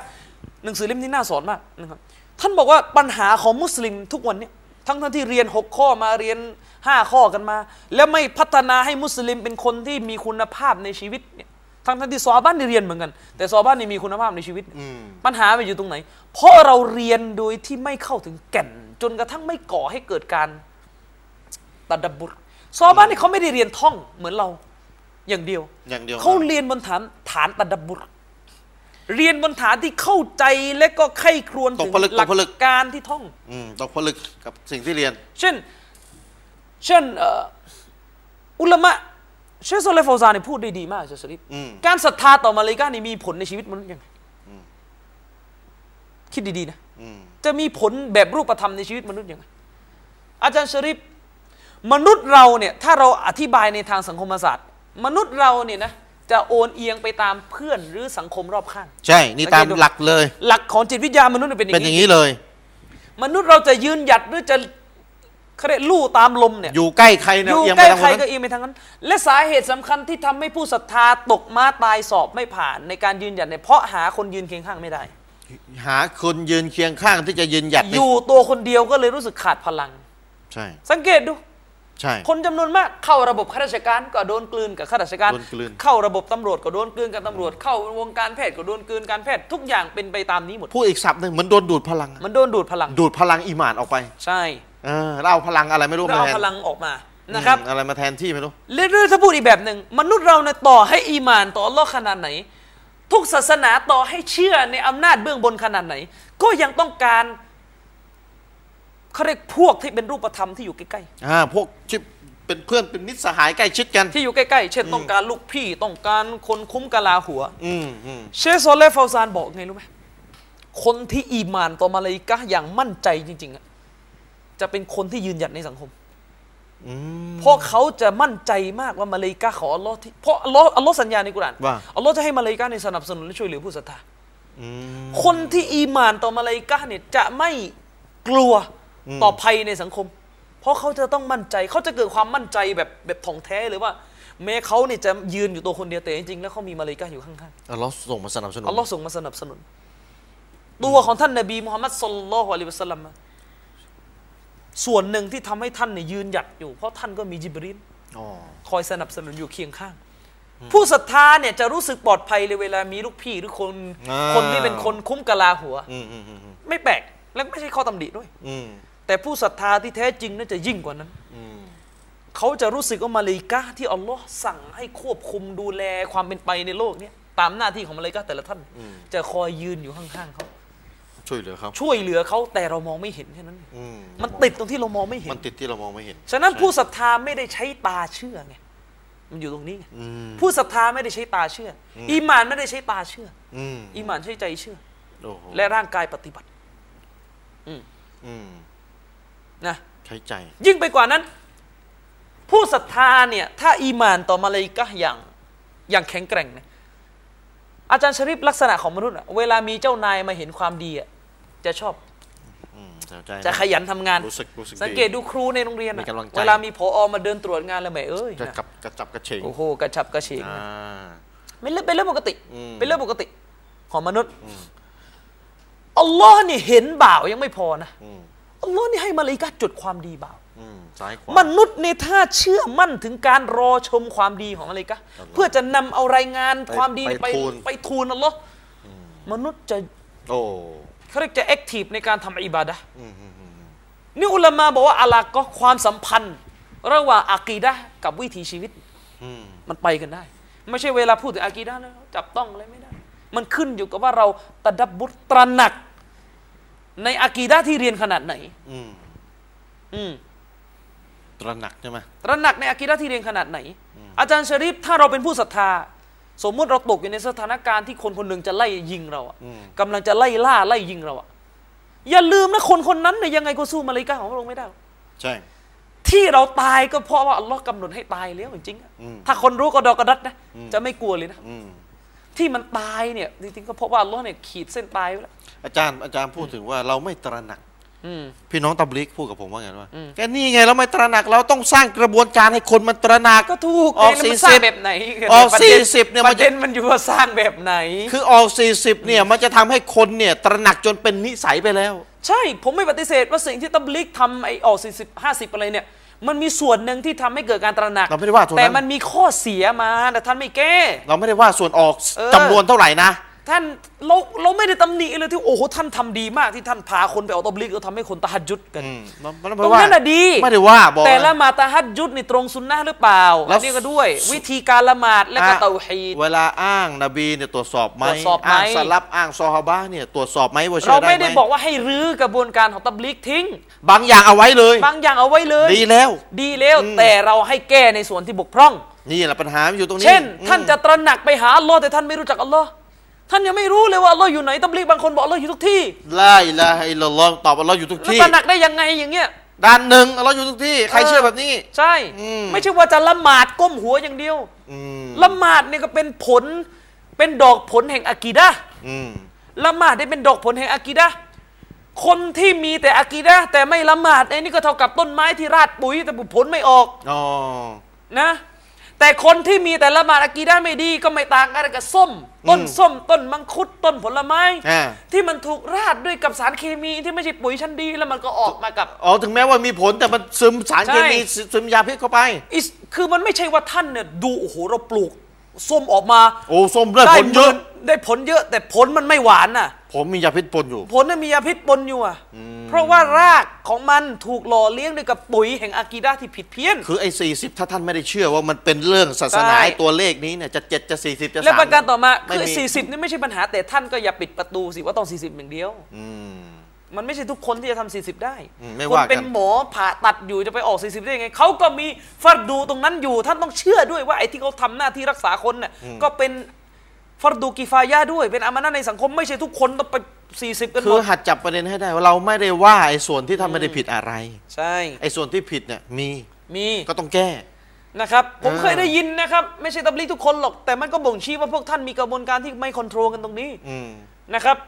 B: หนังสือเล่มนี้น่าสอนมากนะครับท่านบอกว่าปัญหาของมุสลิมทุกวันเนี่ยทั้งท่านที่เรียน 6 ข้อมาเรียน 5 ข้อกันมา แล้วไม่พัฒนาให้มุสลิมเป็นคนที่มีคุณภาพในชีวิตเนี่ยทั้งท่านที่ซอฮาบ้านได้เรียนเหมือนกัน แต่ซอฮาบ้านนี่มีคุณภาพในชีวิตเนี่ยปัญหาไปอยู่ตรงไหน เพราะเราเรียนโดยที่ไม่เข้าถึงแก่น จนกระทั่งไม่ก่อให้เกิดการตัดดับบุตรซอฮาบ้านนี่เขาไม่ได้เรียนท่องเหมือนเราอย่างเดียว
A: อย่างเดียว
B: เขาเรียนบนฐานฐานตะดับบุรเรียนบนฐานที่เข้าใจและก็ไข้ครวญถึงหลัการที่ท่อง
A: อืมต้องผลึกกับสิ่งที่เรียน
B: เช่น เช่นเอ่ออุลามะเชคโซเลฟอซาเนี่ยพูดได้ดีมากเชคสลิป
A: อืม
B: การศรัทธาต่อมาเลกานี่มีผลในชีวิตมนุษย์ยังไงคิดดีๆนะ
A: อืม
B: จะมีผลแบบรูปธรรมในชีวิตมนุษย์ยังไง อาจารย์ชริปมนุษย์เราเนี่ยถ้าเราอธิบายในทางสังคมศาสตร์ มนุษย์เราเนี่ยนะจะโอนเอียงไปตามเพื่อนหรือสังคมรอบข้าง
A: ใช่ นี่ตามหลักเลย
B: หลักของจิตวิทยามนุษย์เนี่ยเป็นอ
A: เป็น
B: ย่า
A: อย่า
B: ง
A: ง
B: นี้
A: นี้เลย
B: มนุษย์เราจะยืนหยัดหรือจะเขาเรียกลู่ตามลมเนี่ย
A: อยู่ใกล้ใครเน
B: อยู่
A: เอียง
B: ใก
A: ไป
B: ล้
A: ทาง
B: ใคร
A: นั้น
B: ก็เอียงไปทางนั้น และสาเหตุสำคัญที่ทำให้ผู้ศรัทธาตกมาตายสอบไม่ผ่าน ในการยืนหยัดเนี่ยเพราะหาคนยืนเคียงข้างไม่ได้
A: หาคนยืนเคียงข้างที่จะยืนหยัด
B: อ
A: นี่
B: ยู่ตัวคนเดียวก็เลยรู้สึกขาดพลัง
A: ใช่
B: สังเกตดู
A: ใช่
B: คนจำนวนมากเข้าระบบข้าราชการก็โดนกลืนกับข้าราชการ
A: โดนกลืน
B: เข้าระบบตำรวจก็โดนกลืนกับตำรวจ เข้าวงการแพทย์ก็โดนกลืนการแพทย์ทุกอย่างเป็นไปตามนี้หมด
A: พูดอีกศัพท์หนึ่งเหมือนโดนดูดพลัง
B: มันโดนดูดพลัง
A: ดูดพลังอีหมานออกไป
B: ใช่
A: เออเราเอาพลังอะไรไม่รู้
B: เรา
A: มา
B: เอา
A: แทน
B: พลังออกมานะครับ
A: อืมอะไรมาแทนที่ไม่รู้
B: เรื่องถ้าพูดอีกแบบหนึ่งมนุษย์เราเนี่ยต่อให้อีหมานต่ออัลลอฮ์ขนาดไหน ทุกศาสนาต่อให้เชื่อในอำนาจเบื้องบนขนาดไหน ก็ยังต้องการเขาเรียกพวกที่เป็นรูปธรรมที่อยู่ใกล้
A: อ่าพวกที่เป็นเพื่อนเป็นมิตรสหายใกล้ชิดกัน
B: ๆที่อยู่ใกล้ๆเช่นต้องการลูกพี่ต้องการคนคุ้มกะลาหัว
A: อืมอืม
B: เชคโซเลห์ฟาวซานบอกไงรู้ไหมคนที่อีหมานต่อมาลาอิกะห์อย่างมั่นใจจริงๆอะจะเป็นคนที่ยืนหยัดในสังคม
A: อืม
B: เพราะเขาจะมั่นใจมากว่ามาเลย์กาของอัลลอฮ์ที่เพราะอัลลอฮ์อัลลอฮ์สัญญาในกุรอาน
A: ว่า
B: อัลลอฮ์จะให้มาเลย์กาในยสนับสนุนและช่วยเหลือผู้ศรัทธา
A: อืม
B: คนที่อีหมานต่อมาเลย์กาเนี่ยจะไม่กลัว
A: อืม
B: ต่อภัยในสังคม เพราะเขาจะต้องมั่นใจเขาจะเกิดความมั่นใจแบบแบบถ่องแท้เลยว่า แม้เขาเนี่ยจะยืนอยู่ตัวคนเดียวแต่จริงๆแล้วเขามีมาเลย์กาอยู่ข้าง
A: อัลลอฮ์ส่งมาสนับสนุน
B: ๆอัลลอฮ์ส่งมาสนับสนุน ตัวของท่านนบีมุฮัมมัดสลลัลลอฮุอะลัยฮิวะสัลลัมอะส่วนหนึ่งที่ทำให้ท่านเนี่ยยืนหยัดอยู่ เพราะท่านก็มีจิบรีน
A: อ๋อ
B: คอยสนับสนุนอยู่เคียงข้าง ผู้ศรัทธาเนี่ยจะรู้สึกปลอดภัยเลยเวลามีลูกพี่หรือคน
A: อ่า
B: คนที่เป็นคนคุ้มกะลาหัว
A: อืมอืมอืมอืม
B: ไม่แปลกและไม่ใช่ข้อตำหนิด้วย
A: อืม
B: แต่ผู้ศรัทธาที่แท้จริงน่าจะยิ่งกว่านั้น
A: อืม
B: เขาจะรู้สึกว่ามาเลายกาที่อัลลอฮ์สั่งให้ควบคุมดูแลความเป็นไปในโลกเนี่ยตามหน้าที่ของมาเลายกาแต่ละท่าน จะคอยยืนอยู่ข้างๆเขา
A: ช่วยเหลือเขา
B: ช่วยเหลือเขาแต่เรามองไม่เห็นแค่นั้น
A: อืม
B: มันติดตรงที่เรามองไม่เห็
A: มัน
B: น
A: ติดที่เรามองไม่เห็น
B: ฉะนั้นผู้ศรัทธาไม่ได้ใช้ตาเชื่อไงมันอยู่ตรงนี้ไง
A: อืม
B: ผู้ศรัทธาไม่ได้ใช้ตาเชื่อออีหมานไม่ได้ใช้ตาเชื่อ
A: อืม
B: ออีหมานใช้ใจเชื่อ
A: โอ้โห
B: และร่างกายปฏิบัติ
A: อืม
B: นะ
A: ใช้ใจ
B: ยิ่งไปกว่านั้น ผู้ศรัทธาเนี่ยถ้าอีหมานต่อมาเลยก็อย่างอย่างแข็งแกร่งเนี่ยอาจารย์ชริปลักษณะของมนุษย์อะเวลามีเจ้านายมาเห็นความดีอะจะชอบ
A: อืมใช้ใจ
B: จะขยันทำงาน
A: รู้สึกรู้สึก
B: สังเกตดูครูในโรงเรียน
A: มี
B: อะ
A: กำลังใจ
B: เวลามีผอมาเดินตรวจงานแล้วแหมเอ้ย
A: กระ
B: นะ
A: กับกระจับกระเฉง
B: โอ้โหกระชับกระเฉง
A: อ่า
B: ไม่เรื่องเป็นเรื่องปกติ
A: อืม
B: เป็นเรื่องปกติ ของมนุษย์อัลลอฮ์นี่เห็นบ่าวยังไม่พอนะ
A: อืม
B: อัลลอฮ์นี่ให้มาเลายกาจดความดีบ่าว
A: อืมซ้ายขวาม
B: นุษย์ในยถ้าเชื่อมั่นถึงการรอชมความดีของมาเลายกาเพื่อจะนำเอารายงานความดีเนี่ยไปไปทูลอัลลอฮ์มนุษย์จะ
A: โอ้
B: เขาเรียกจะแอคทีฟในการทำอิบาดะห์
A: อืมอืมอืม
B: นี่อุลามะบอกว่าอะลาก็ความสัมพันธ์ ระหว่างอากีดะห์กับวิถีชีวิต
A: อืม
B: มันไปกันได้ ไม่ใช่เวลาพูดถึงอากีดะห์นะจับต้องอะไรไม่ได้ มันขึ้นอยู่กับว่าเราตะดับบุตรตระหนัก ในอากีดะห์ที่เรียนขนาดไหน
A: อืม
B: อืม
A: ตระหนักใช่ไหม
B: ตระหนักในอากีดะห์ที่เรียนขนาดไหน อาจารย์ชริฟถ้าเราเป็นผู้ศรัทธา สมมุติเราตกอยู่ในสถานการณ์ที่คนคนหนึ่งจะไล่ยิงเราอะ
A: อืม
B: กำลังจะไล่ล่าไล่ยิงเราอะอย่าลืมนะคนคนนั้นเนี่ยยังไงก็สู้มาเลายกาของพระองค์ไม่ได้หรอก
A: ใช่
B: ที่เราตายก็เพราะว่าอัลลอฮ์กำหนดให้ตายแล้วจริงๆอะ
A: อืม
B: ถ้าคนรู้ก็ดอกกระดัดนะจะไม่กลัวเลยนะ
A: อืม
B: ที่มันตายเนี่ยจริงๆก็เพราะว่าอัลลอฮ์เนี่ยขีดเส้นตายไว้แล้ว
A: อาจารย์อาจารย์พูดถึงว่าเราไม่ตระหนัก
B: อืม
A: พี่น้องตับลิกพูดกับผมว่าไงว่าแกนี่ไงเราไม่ตระหนักเราต้องสร้างกระบวนการให้คนมันตระหนัก
B: ก็ถูก
A: ออก
B: ไงแล้วมัน
A: 40
B: สร้างแบบไหน
A: ออก
B: ประด็
A: 40เนี่ยมั
B: ป
A: น
B: ระ
A: จะ
B: เด็นมันอยู่ว่าสร้างแบบไหน
A: คือออก40เนี่ยมันจะทำให้คนเนี่ยตระหนักจนเป็นนิสัยไปแล้ว
B: ใช่ผมไม่ปฏิเสธว่าสิ่งที่ตับลิกทำไอ้ออกสี่สิบห้าสิบอะไรเนี่ย มันมีส่วนหนึ่งที่ทำให้เกิดการตระหนัก
A: เราไม่ได้ว่าตรงนั้น
B: แต่มันมีข้อเสียมาแต่ท่านไม่แก้
A: เราไม่ได้ว่าส่วนออก
B: เออ
A: จำนวนเท่าไหร่นะ
B: ท่านเราเราไม่ได้ตำหนิเลยที่โอ้โหท่านทำดีมากที่ท่านพาคนไปเอาตับลิกแล้วทำให้คนตะหัดยุดกัน
A: อืมมันมันไม่
B: ตรง
A: ว่า
B: นั้นน่ะดี
A: ไม่ได้ว่าบอก
B: แต่ละหมาดตะฮัดยุดนี่ตรงสุนนะห์หรือเปล่า
A: แล้ว
B: อันนี้ก็ด้วย วิธีการละหมาดและก็
A: อ่ะ
B: เตาฮีด
A: เวลาอ้างนบีเนี่ยตรวจสอบไหม
B: ตรวจสอบไหม
A: อ้างสลับอ้างซอฮาบะห์เนี่ยตรวจสอบไหมว่าเชื่
B: เรา
A: อได้
B: ไม่
A: ไหม
B: ได้บอกว่าให้รื้อกระบวนการของตับลิก ทิ้ง
A: บางอย่างเอาไว้เลย
B: บางอย่างเอาไว้เลย
A: ดีแล้ว
B: ดีแล้วแต่เราให้แก้ในส่วนที่บกพร่อง
A: นี่แหละปัญหามันอยู่ตรงนี้
B: เช่น ท่าน
A: อืม
B: จะตระหนักไปหาอัลลอฮ์แต่ท่านไม่รู้จักอัลลอฮ์ท่านยังไม่รู้เลยว่าอัลลอฮ์อยู่ไหนตับลิกบางคนบอกอัลลอฮ์อยู่ทุกที่
A: ลาอิลาฮะอิลลัลลอฮ์ตอบว่าเราอยู่ทุก
B: แล้ว
A: ที่
B: ตระหนักได้ยังไงอย่างเงี้ย
A: ด้านหนึ่งเราอยู่ทุกที่ ใคร
B: เออ
A: เชื่อแบบนี้
B: ใช่
A: อืม
B: ไม่ใช่ว่าจะละหมาดก้มหัวอย่างเดียว
A: อืม
B: ละหมาดเนี่ยก็เป็นผลเป็นดอกผลแห่งอากีดะห์
A: อืม
B: ละหมาดได้เป็นดอกผลแห่งอากีดะห์คนที่มีแต่อากีดะห์แต่ไม่ละหมาดไอ้นี่ก็เท่ากับต้นไม้ที่ราดปุ๋ยแต่ผลไม่ออก
A: อ๋อ
B: นะ แต่คนที่มีแต่ละหมาดอากีดะห์ไม่ดีก็ไม่ต่างกันกับส้ม ต้นส้ม ต้นมังคุดต้นผลไม้
A: อ่า
B: ที่มันถูกราดด้วยกับสารเคมีที่ไม่ใช่ปุ๋ยชั้นดีแล้วมันก็ออกมากับ
A: อ๋อถึงแม้ว่ามีผลแต่มันซึมสารเคมี
B: ใช่
A: ซึมยาพิษเข้าไป
B: อิสคือมันไม่ใช่ว่าท่านเนี่ยดูโอ้โหเราปลูก ส้มออกมา
A: โอ้ส้มเลือดผลเยอะ
B: ได้ผลเยอะ แต่ผลมันไม่หวานน่ะ
A: ผมมียาพิษปนอยู่
B: ผลน่ะมียาพิษปนอยู่อ่ะ ผ เพราะว่ารากของมันถูกหล่อเลี้ยงด้วยกับปุ๋ยแห่งอากีดะห์ที่ผิดเพี้ยน
A: คือไอ้สี่สิบถ้าท่านไม่ได้เชื่อว่ามันเป็นเรื่องศาสนา
B: ใช่
A: ไอ้ตัวเลขนี้เนี่ยจะเจ็ดจะสี่สิบจะสาม
B: และประการต่อมา
A: ไม่
B: คือ
A: มี
B: สี่สิบนี่ไม่ใช่ปัญหาแต่ท่านก็อย่าปิดประตูสิว่าต้องสี่สิบอย่างเดียว
A: อืม
B: มันไม่ใช่ทุกคนที่จะทำ40 ได้
A: อืมไม่
B: คน
A: ว่ากัน
B: เป็นหมอผ่าตัดอยู่จะไปออก 40 ได้ยังไงเขาก็มีฟัดดูตรงนั้นอยู่ ท่านต้องเชื่อด้วยว่าไอ้ที่เขาทำหน้าที่รักษาคนน่ะก็เป็นฟัดดูกิฟายาด้วย เป็นอามานะในสังคมไม่ใช่ทุกคนต้องไป 40 กันห
A: คื
B: ม
A: อ
B: ด
A: หัดจับประเด็นให้ได้ว่าเราไม่ได้ว่าไอ้ส่วนที่ท่านไม่ได้ผิดอะไร
B: ใช่
A: ไอ้ส่วนที่ผิดเนี่ยมี
B: มี
A: ก็ต้องแก้
B: นะครับ ผม
A: อ่า
B: เคยได้ยินนะครับ ไม่ใช่ตับลีกทุกคนหรอกแต่มันก็บ่งชี้ว่าพวกท่านมีกระบวนการที่ไม่คอนโทรลกันตรงนี้
A: อืม
B: นะครับ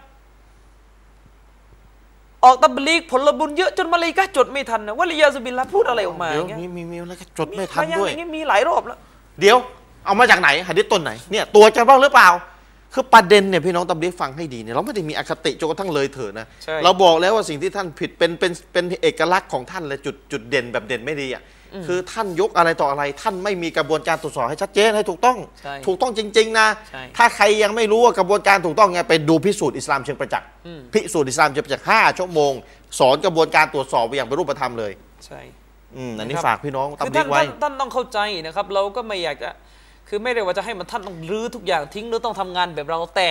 B: ออกตับลีกผลบุญเยอะจนมาเลยก็จดไม่ทันนะวะลียาซุบิลลาพูดอะไรออกมา
A: เดี๋
B: อ
A: ยว
B: ย่างเงี้ย
A: มีมีมีแล้วก็จดไม่ทันด้วย
B: มีมีหลายรอบแล้ว
A: เดี๋ยวเอามาจากไหนหะดิษต้นไหนเนี่ยตัวจะบ้างหรือเปล่า คือประเด็นเนี่ยพี่น้องตำริฟังให้ดีเนี่ยเราไม่ได้มีอคติจนกระทั่งเลยเถิดนะ
B: ใช่
A: เราบอกแล้วว่าสิ่งที่ท่านผิดเป็นเป็นเป็นเป็นเอกลักษณ์ของท่านเลยจุดจุดเด่นแบบเด่นไม่ดีอ่ะคือท่านยกอะไรต่ออะไร ท่านไม่มีกระบวนการตรวจสอบให้ชัดเจนให้ถูกต้อง
B: ใช่
A: ถูกต้องจริง ๆ นะ
B: ใช่
A: ถ้าใครยังไม่รู้ว่ากระบวนการถูกต้องไงไปดูพิสูจน์อิสลามเชิงประจักษ์พิสูจน์อิสลามเชิงประจักษ์ห้าชั่วโมง สอนกระบวนการตรวจสอบไปอย่างเป็นรูปธรรมเลย
B: ใช่
A: อืมอันนี้ฝากพี่น้อง
B: คือ
A: ตำริ
B: ท่าน
A: ไว้
B: ท่านท่านต้องเข้าใจนะครับ เราก็ไม่อยากจะคือไม่ได้ว่าจะให้มันท่านต้องรื้อทุกอย่างทิ้งหรือต้องทำงานแบบเราแต่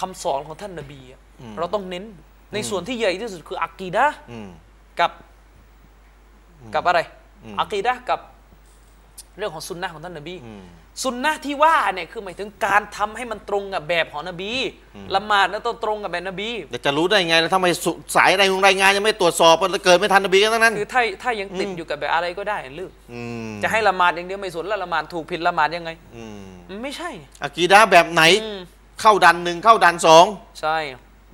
B: คำสอนของท่านนบีอะเราต้องเน้นในส่วนที่ใหญ่ที่สุดคืออักีดะห์
A: อืม
B: กับกับอะไรอักีดะห์กับเรื่องของสุนนะห์ของท่านนบีสุนนะห์ที่ว่าเนี่ยคือหมายถึงการทำให้มันตรงกับแบบของนบีละหมาดนะต้องตรงกับแบบนบี
A: แต่จะรู้ได้ไงแล้วทำไมสุสายรายงรายงานยังไม่ตรวจสอบมันเกิดไม่ทันนบีกันทั้งนั้น
B: คือถ้าถ้ายังติดอยู่กับแบบอะไรก็ได้เลือก
A: อืม
B: จะให้ละหมาดอย่างเดียวไม่สนแล้วละหมาดถูกผิดละหมาดยังไง
A: อืม
B: มันไม่ใช่ไง
A: อากีดาแบบไหน เข้าดันหนึ่งเข้าดันสอง
B: ใช่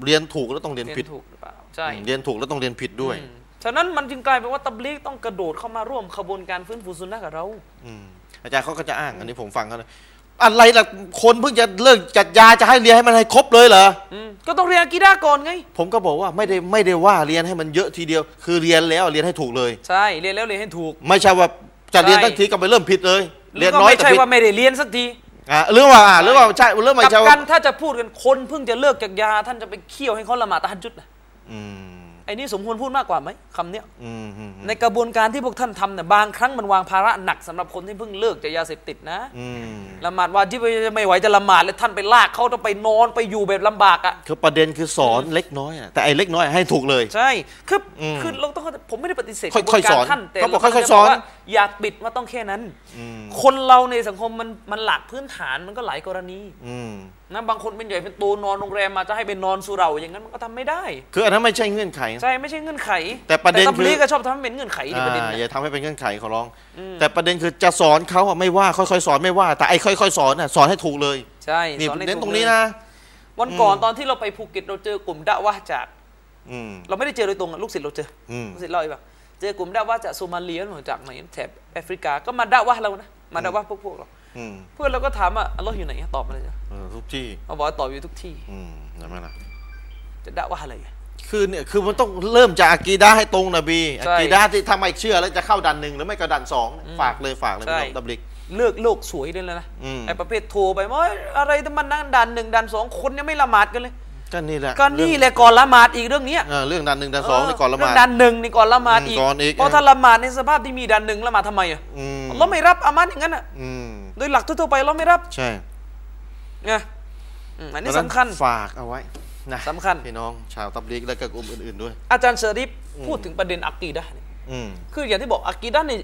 A: เรียนถูกแล้วต้องเรียน
B: เรีย
A: ผิด
B: นถูกหรือเปล่าใช่
A: อืมเรียนถูกแล้วต้องเรียนผิดด้วย
B: อืมฉะนั้นมันจึงกลายเป็นว่าตับลีกต้องกระโดดเข้ามาร่วมขบวนการฟื้นฟูซุนนะห์กับเรา
A: อาจารย์เขาก็จะอ้างอันนี้ผมฟังเขานะอะไรล่ะคนเพิ่งจะเลิกจัดยาจะให้เรียนให้มันให้ครบเลยเหรอ
B: อืมก็ต้องเรียนอากีดาก่อนไง
A: ผมก็บอกว่าไม่ได้ไม่ได้ว่าเรียนให้มันเยอะทีเดียว คือเรียนแล้วเรียนให้ถูกเลย
B: ใช่ เรียนแล้วเรียนให้ถูก
A: ไม่ใช่ว่าจะเรียน
B: ใช่
A: ทั้งทีก็ไปเริ่มผิดเลย เรียน
B: แล้วก็
A: น้อย
B: ไม่
A: แต่
B: ใช่
A: ผิด
B: ว่าไม่ได้เรียนสักที
A: อ่าหรือว่าอ่าหรือว่าใช่หรือไม่
B: กลับ
A: ใช่
B: กั
A: ว่าน
B: ถ้าจะพูดกันคนเพิ่งจะเลิกจากยาท่านจะไปเคี่ยวให้เขาละหมาดตะฮัจญุดนะ
A: อืม
B: ไอ้นี่สมควรพูดมากกว่าไหมคำเนี้ย
A: อืมอืม
B: ในกระบวนการที่พวกท่านทำเนี่ยบางครั้งมันวางภาระหนักสำหรับคนที่เพิ่งเลิกจากยาเสพติดนะ
A: อืม
B: ละหมาดวาจิบจะไม่ไหวจะละหมาดเลยท่านไปลากเขาต้องไปนอนไปอยู่แบบลำบากอ่ะ
A: คือประเด็นคือสอนเล็กน้อยอะแต่ไอ้เล็กน้อยให้ถูกเลย
B: ใช่คือ
A: อืม
B: คือเราต้องเข้าใจผมไม่ได้ปฏิเสธ
A: ค่อย
B: ก
A: ค่
B: ระบวน
A: อยส
B: กา
A: อน
B: รท่านแต่
A: เขาบอก
B: เร
A: ค่อยๆสอน
B: ว่าอย่าปิดว่าต้องแค่นั้น คนเราในสังคมมันมันหลักพื้นฐานมันก็หลายกรณี
A: อืม
B: นะบางคนเป็นใหญ่เป็นโตนอนโรงแรมมาจะให้ไปนอนสุเหร่าอย่างนั้นมันก็ทำไม่ได้
A: คืออันนั้นไม่ใช่เงื่อนไข
B: ใช่ไม่ใช่เงื่อนไข
A: แต่ประเด็น
B: ตับลีก
A: คือ
B: ก็ชอบทำให้เป็นเงื่อนไขดิประเด็น
A: อ่า
B: น่ะ
A: อย่าทำให้เป็นเงื่อนไขขอร้อง แต่ประเด็นคือจะสอนเขาอะไม่ว่าค่อยๆสอนไม่ว่า แต่ไอ้ค่อยๆสอนน่ะสอนให้ถูกเลย
B: ใช่
A: นี่
B: สอให้
A: เน้น
B: ถูก
A: ตรงนี้
B: เลย
A: นะ
B: วันก่อนตอนที่เราไปภูเก็ตเราเจอกลุ่มดะวะห์จาก
A: อืม
B: เราไม่ได้เจอโดยตรงอะลูกศิษย์เราเจออ
A: ม
B: ลูกศิษย์เราอีกแบบเจอกลุ่มด่าว่าจากโซมาเลียหรือจากไหนแถบแอฟริกาก็มาด่าว่าเรานะมาด่าว่าพวกพวกเรา
A: อืม
B: เพื่อนเราก็ถามว่าอัลเลอฮ์อยู่ไหนตอบมาเลยจ้ะ
A: เออทุกที่
B: เขาบอกว่าตอบอยู่ทุกที่
A: อืมเห็นไหมล่ะ
B: จะด่าว่าอะไรอะ
A: คือเนี่ยคือมันต้องเริ่มจากอากีดาให้ตรงนะบีอา
B: ใช่
A: กีดาที่ทำไมเชื่อแล้วจะเข้าดันหนึ่งหรือไม่ก็ดันสองเนี่ยฝากเลยฝากเลย
B: ใช่
A: พี่น้องดับลิก
B: เลิกโลกสวยเลยนะ
A: อืม
B: ไอ้ประเภทโทรไปว่าเอ้ยอะไรที่มันนั่งดันหนึ่งดันสองคนยังไม่ละหมาดกันเลย
A: ก็นี่แหละ
B: ก็นี่แหละก่อนละหมาดอีกเรื่องเนี้ย
A: เออเรื่องดันหนึ่งดันสองนี่ก่อนละหมาด
B: เรื่ดันหนึ่งนี่ก่อนละหมาด
A: อืม
B: อีก
A: ก่อนอีก
B: เพราะถ้าละหมาดในสภาพที่มีดันหนึ่งละหมาดทำไมอ่ะ
A: อืม
B: เราไม่รับอามัดอย่างนั้นอ่ะ
A: อืม
B: โดยหลักทั่วๆไปเราไม่รับ
A: ใช่
B: ไงอืมอันนี้
A: เพราะฉะ
B: สำคัญ
A: ฝากเอาไว้นะ
B: สำคัญ
A: พี่น้องชาวตับลีกและก็กลุ่มอื่นๆด้วย
B: อาจารย์เชอริฟพูดถึงประเด็นอักีดะห์เนี่ย
A: อืม
B: คืออย่างที่บอกอักีดะห์เนี่ย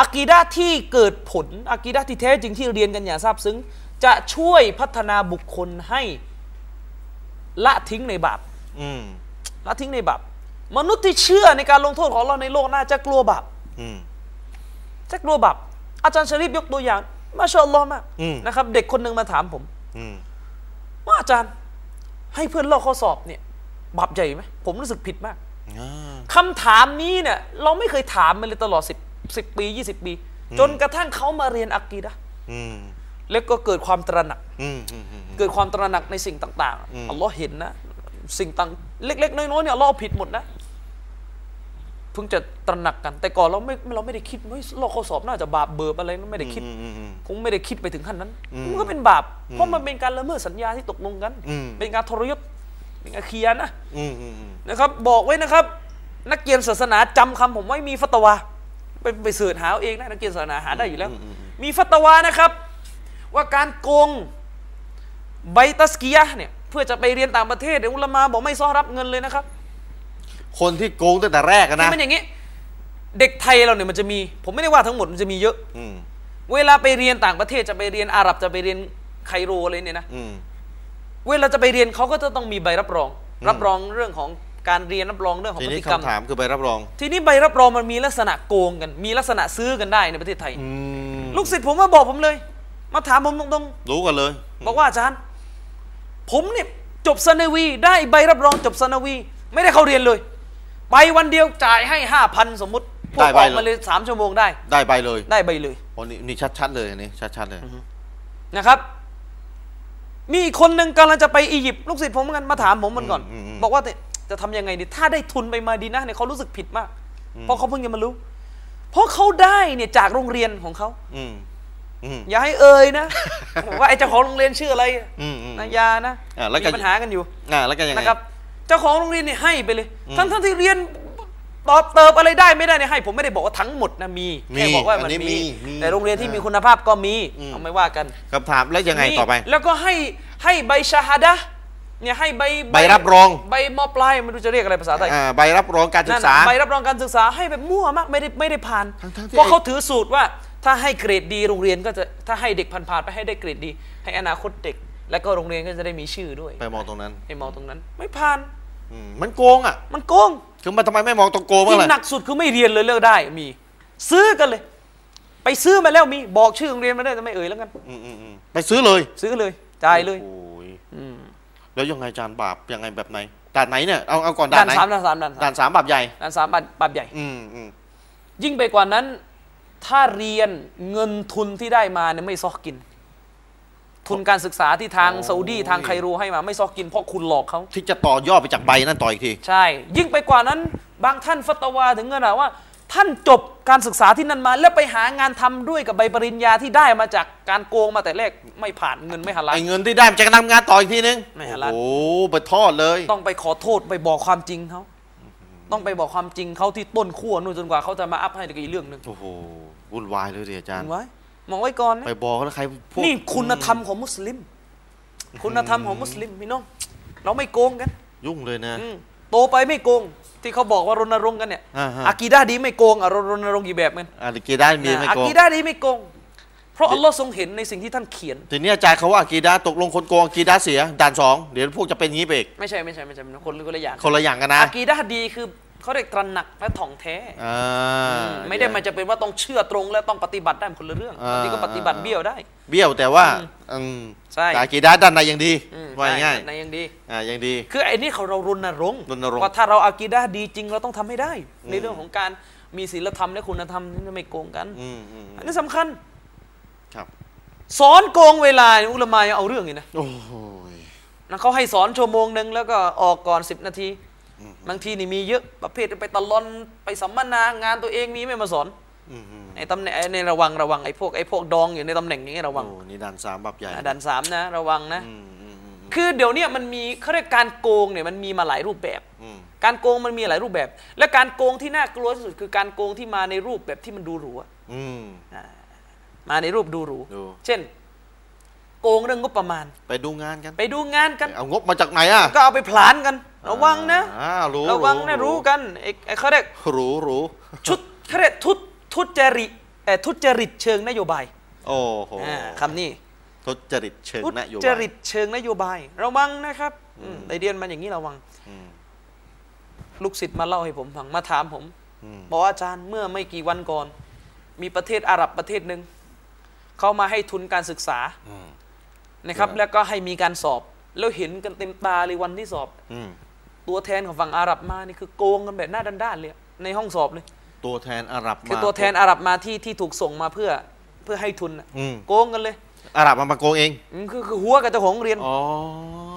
B: อักีดะห์ที่เกิดผลอักีดะห์ที่แท้จริงที่เรียนกันอย่างซาบซึ้ง จะช่วยพัฒนาบุคคลให้ละทิ้งในบาป
A: อืม
B: ละทิ้งในบาปมนุษย์ที่เชื่อในการลงโทษของเราในโลกหน้าจะกลัวบาป
A: อืม
B: จะกลัวบาปอาจารย์เชอริฟยกตัวอย่าง มาชาอัลลอฮ์มาก
A: อืม
B: นะครับ เด็กคนหนึ่งมาถามผม
A: อืม
B: ว่าอาจารย์ให้เพื่อนลอกข้อสอบเนี่ยบาปใหญ่ไหมผมรู้สึกผิดมาก
A: อ่า
B: คำถามนี้เนี่ยเราไม่เคยถามมันเลยตลอด 10 10 ปี 20 ปี จนกระทั่งเขามาเรียนอักกีดะห์
A: อืม
B: แล้วก็เกิดความตระหนัก
A: อืมอืมอืม
B: เกิดความตระหนักในสิ่งต่างๆอัลลอฮ์เห็นนะ สิ่งต่างเล็ก ๆ น้อยๆเนี่ยอัลลอฮ์เอาผิดหมดนะเพิ่งจะตระหนักกันแต่ก่อนเราไม่เราไม่ได้คิดเฮ้ยเราข้อสอบน่าจะบาปเบิบอะไรไม่ได้คิด
A: อืมอืม
B: คงไม่ได้คิดไปถึงขั้นนั้นมันก็เป็นบาป เพราะมันเป็นการละเมิดสัญญาที่ตกลงกัน
A: อืม
B: เป็นการทรยศเป็นการเคียนะ
A: อืมอืมอืม
B: นะครับบอกไว้นะครับ นักเกียนศาสนาจำคำผมไว้มีฟัตวาไปไปสืบหาเอาเองนะนักเกียนศาสนาหาได้อยู่แล้ว
A: อืมอืมอืม
B: มีฟัตวานะครับ ว่าการโกงใบตัสกียะห์เนี่ยเพื่อจะไปเรียนต่างประเทศเนี่ยอุลามาบอกไม่ซ้อนรับเงินเลยนะครับ
A: คนที่โกงตั้งแต่แรกอะนะ
B: ที่มันอย่างนี้เด็กไทยเราเนี่ยมันจะมี ผมไม่ได้ว่าทั้งหมดมันจะมีเยอะ
A: อืม
B: เวลาไปเรียนต่างประเทศจะไปเรียนอาหรับจะไปเรียนไคโรอะไรเนี่ยนะ
A: อืม
B: เวลาจะไปเรียนเขาก็จะต้องมีใบรับรอง
A: อืม
B: รับรองเรื่องของการเรียนรับรองเรื่องของ
A: ที
B: พฤ
A: นี้
B: ติกรรม
A: คำถามคือใบรับรอง
B: ทีนี้ใบรับรองมันมีลักษณะโกงกัน มีลักษณะซื้อกันได้ในประเทศไทย
A: อืม
B: ลูกศิษย์ผมมาบอกผมเลย มาถามผมตรง
A: รู้กันเลย
B: ๆบอกว่าอาจารย์ ผมเนี่ยจบสนวี ได้ใบรับรองจบสนวี ไม่ได้เข้าเรียนเลย ไปวันเดียวจ่ายให้ห้าพันสมมติพวกออกมาเลยสามชั่วโมงได้
A: ได้ใบเลย
B: ได้ใบเลย
A: โอ้นี่นี่ชัดๆเลยอันนี้ชัดๆเลย
B: นะครับ มีอีกคนหนึ่งกำลังจะไปอียิปต์ลูกศิษย์ผมเหมือนกันมาถามผมมันก่อน
A: อืมอืมอืม
B: บอกว่าเนี่ยจะทำยังไงดี ถ้าได้ทุนไปมาดีนะเนี่ยเขารู้สึกผิดมาก เพราะเขาเพิ่งจะมารู้ เพราะเขาได้เนี่ยจากโรงเรียนของเขา
A: อืมอืม
B: อย่าให้เอ่ย นะ ผมว่าไอ้เจ้าของโรงเรียนชื่ออะไร
A: อืมอืม
B: นะยานะ
A: อ่ะแล้วก็
B: มีปัญหากันอยู่
A: อ่าแล้วก็ยังไง
B: นะครับ เจ้าของโรงเรียนเนี่ยให้ไปเลย
A: อืม
B: ทั้งทั้งที่เรียนตอบเติบอะไรได้ไม่ได้เนี่ยให้ ผมไม่ได้บอกว่าทั้งหมดนะมีแค่บอกว่ามัน
A: อั
B: มี
A: มี
B: แต่โรงเรียนที่มี
A: อ่า
B: คุณภาพก็มี
A: อืม
B: เอาไม่ว่ากัน
A: คำถามแล้วยังไงต่อไป
B: นี่แล้วก็ให้ให้ใบชาฮาดะห์เนี่ยให้ใบ
A: ใบรับรอง
B: ใบมอปลายไม่รู้จะเรียกอะไรภาษาไทย
A: อ่าใบรับรองการศึ
B: นั่
A: ก
B: น
A: ษา
B: น่ะใบรับรองการศึกษาให้แบบมั่วมากไม่ได้ไม่ได้ผ่าน
A: ทั้งๆที่
B: เพราะเขาถือสูตรว่าถ้าให้เกรดดีโรงเรียนก็จะถ้าให้เด็กผ่านๆไปให้ได้เกรดดี ให้อนาคตเด็ก และก็โรงเรียนก็จะได้มีชื่อด้วย
A: ไปมองตรงนั้น
B: ไปมองตรงนั้น ไม่ผ่าน
A: อืมมันโกงอ่ะ
B: มันโกง
A: คือมันทำไมไม่มองตรงโกงบ้าง
B: ที่
A: ล่ะ
B: หนักสุดคือไม่เรียนเลยเลิกได้มี ซื้อกันเลย ไปซื้อมาแล้วมีบอกชื่อโรงเรียนมาได้แต่ไม่เอ่ยแล้วกัน
A: อืมอืมอืมไปซื้อเลย
B: ซื้อเลยจ่ายเลย
A: โอ้ย
B: อืม
A: แล้วยังไงจานบาปยังไงแบบไหนด่านไหนเนี่ยเอาเอาก่อนด่า
B: ด่าน
A: นไหน
B: สามด่านสามด่านสาม
A: ด่านสามบาปใหญ่
B: อันสามบาทบาทใหญ่
A: อืมอืม
B: ยิ่งไปกว่านั้น ถ้าเรียนเงินทุนที่ได้มาเนี่ยไม่ซอกกิน ทุนการศึกษาที่ทางซาอุดีทางไคโรให้มาไม่ซอกกินเพราะคุณหลอกเขา
A: ที่จะต่อยอดไปจากใบนั่นต่ออีกที
B: ใช่ ยิ่งไปกว่านั้น บางท่านฟัตวาถึงขนาดว่า ท่านจบการศึกษาที่นั่นมา แล้วไปหางานทำด้วยกับใบปริญญาที่ได้มาจากการโกงมาแต่แรกไม่ผ่านเงินไม่หันหลัง
A: ไอ้เงินที่ได้มันจะนำงานต่ออีกทีนึง
B: ไม่หาร้าน
A: โอ้โหไปทอดเลย
B: ต้องไปขอโทษไปบอกความจริงเขาต้องไปบอกความจริงเขาที่ต้นขั้วนู่นจนกว่าเขาจะมาอัพให้เดี๋ยวก็อีกเรื่องหนึ่ง
A: โอ้โหวุ่นวายเลยดิอาจารย์
B: ไว้มองไว้ก่อนนะ
A: ไปบอกแล้วใครพวก
B: นี่คุณธรรมของมุสลิม คุณธรรมของมุสลิมพี่น้อง เราไม่โกงกัน
A: ยุ่งเลยนะ
B: อืมโตไปไม่โกง ที่เขาบอกว่ารณรงค์กันเนี่ย
A: อ่าฮะ
B: อากีดาดีไม่โกงอ่ะเรารณรงค์กี่แบบกัน
A: อากีด้ามีไหม่
B: อา
A: โกง
B: กีดาดีไม่โกง เพราะอัลลอฮ์ทรงเห็นในสิ่งที่ท่านเขียน
A: ทีนี้อาจารย์เขาว่าอากีด้าตกลงคนโกงอากีด้าเสียด่านสองเดี๋ยวพวกจะเป็นอย่างนี้ไปอีก
B: ไม่ใช่ไม่ใช่ไม่ใช่คนคนละอย่าง
A: คนละอย่างกันนะ
B: อากีดาดีคือเขาเรียกตระหนักและถ่องแท้
A: อ่า
B: ไม่ได้มันจะเป็นว่าต้องเชื่อตรงและต้องปฏิบัติได้คนละเรื่อง
A: อ่า
B: บางทีก็ปฏิบัติเบี้ยวได้
A: เบี้ยวแต่ว่าอืม
B: ใช่
A: แต่อากีด้าด้านในยังดี
B: อืม
A: ว่า
B: ใช่
A: ง่าย
B: ในยังดี
A: ๆอ่ายังดี
B: คือไอ้นี่เขาเรารณรงค์
A: รณรงค์
B: ว่าถ้าเราอากีดาดีจริงเราต้องทำให้ได้ ในเรื่องของการมีศีลธรรมและคุณธรรมที่ไม่โกงกัน
A: อืมอืม
B: อันนี้สำคัญ
A: ครับ
B: สอนโกงเวลาเนี่ยอุลามายังเอาเรื่องอยู่นะ
A: โอ้โห
B: นะเขาให้สอนชั่วโมงหนึ่งแล้วก็ออกก่อน 10 นาที บางทีนี่มีเยอะประเภทไปตะลอนไปสัมมนางานตัวเองนี้ไม่มาสอน
A: อืมอืม
B: ไอ้ตำแหน่งไอ้ในระวังระวังไอ้พวกไอ้พวกดองอยู่ในตำแหน่งอย่างเงี้ยระวัง
A: โอ้นี่ด่านสามแบบใหญ่
B: อ่ะดันสามนะระวังนะ
A: อืมอืมอืม
B: คือเดี๋ยวเนี้มันมีเขาเรียกการโกงเนี่ยมันมีมาหลายรูปแบบ
A: อืม
B: การโกงมันมีหลายรูปแบบ และการโกงที่น่ากลัวที่สุดคือการโกงที่มาในรูปแบบที่มันดูหรูอะ
A: อืม
B: มาในรูปดูหรู
A: ดู
B: เช่น โกงเรื่องงบประมาณ
A: ไปดูงานกัน
B: ไปดูงานกัน
A: เอางบมาจากไหนอ่ะ
B: ก็เอาไปผลานกัน ระวังนะ
A: อ่ารู้
B: ระวังนะรู้กันไอ้ไอ้เขาเรียก
A: รู้รู้
B: ชุดเขาเรียกทุจทุจริตเอ่อทุจริตเชิงนโยบาย
A: โอ้โห
B: อ่าคำนี้
A: ทุจริตเชิง
B: ทุ
A: นโยบาย
B: จริตเชิงนโยบาย ระวังนะครับอืมไอเดียนมันอย่างนี้ระวัง
A: อืม
B: ลูกศิษย์มาเล่าให้ผมฟังมาถามผม
A: อืม
B: บอกว่าอาจารย์เมื่อไม่กี่วันก่อน มีประเทศอาหรับประเทศหนึ่งเขามาให้ทุนการศึกษา
A: อืม
B: นะครับ
A: ครับ
B: แล้วก็ให้มีการสอบ แล้วเห็นกันเต็มตาเลยวันที่สอบ
A: อืม
B: ตัวแทนของฝั่งอาหรับมานี่คือโกงกันแบบหน้าด้านๆเลยในห้องสอบเลย
A: ตัวแทนอาหรับ
B: คือ
A: มา
B: ตัวแทนอาหรับมาที่ที่ถูกส่งมาเพื่อเพื่อให้ทุนน่ะ
A: อืม
B: โกงกันเลย
A: อาหรับมันมาโกงเอง
B: อืมคือคือหัวกับเจ้าของเรียน
A: อ๋อ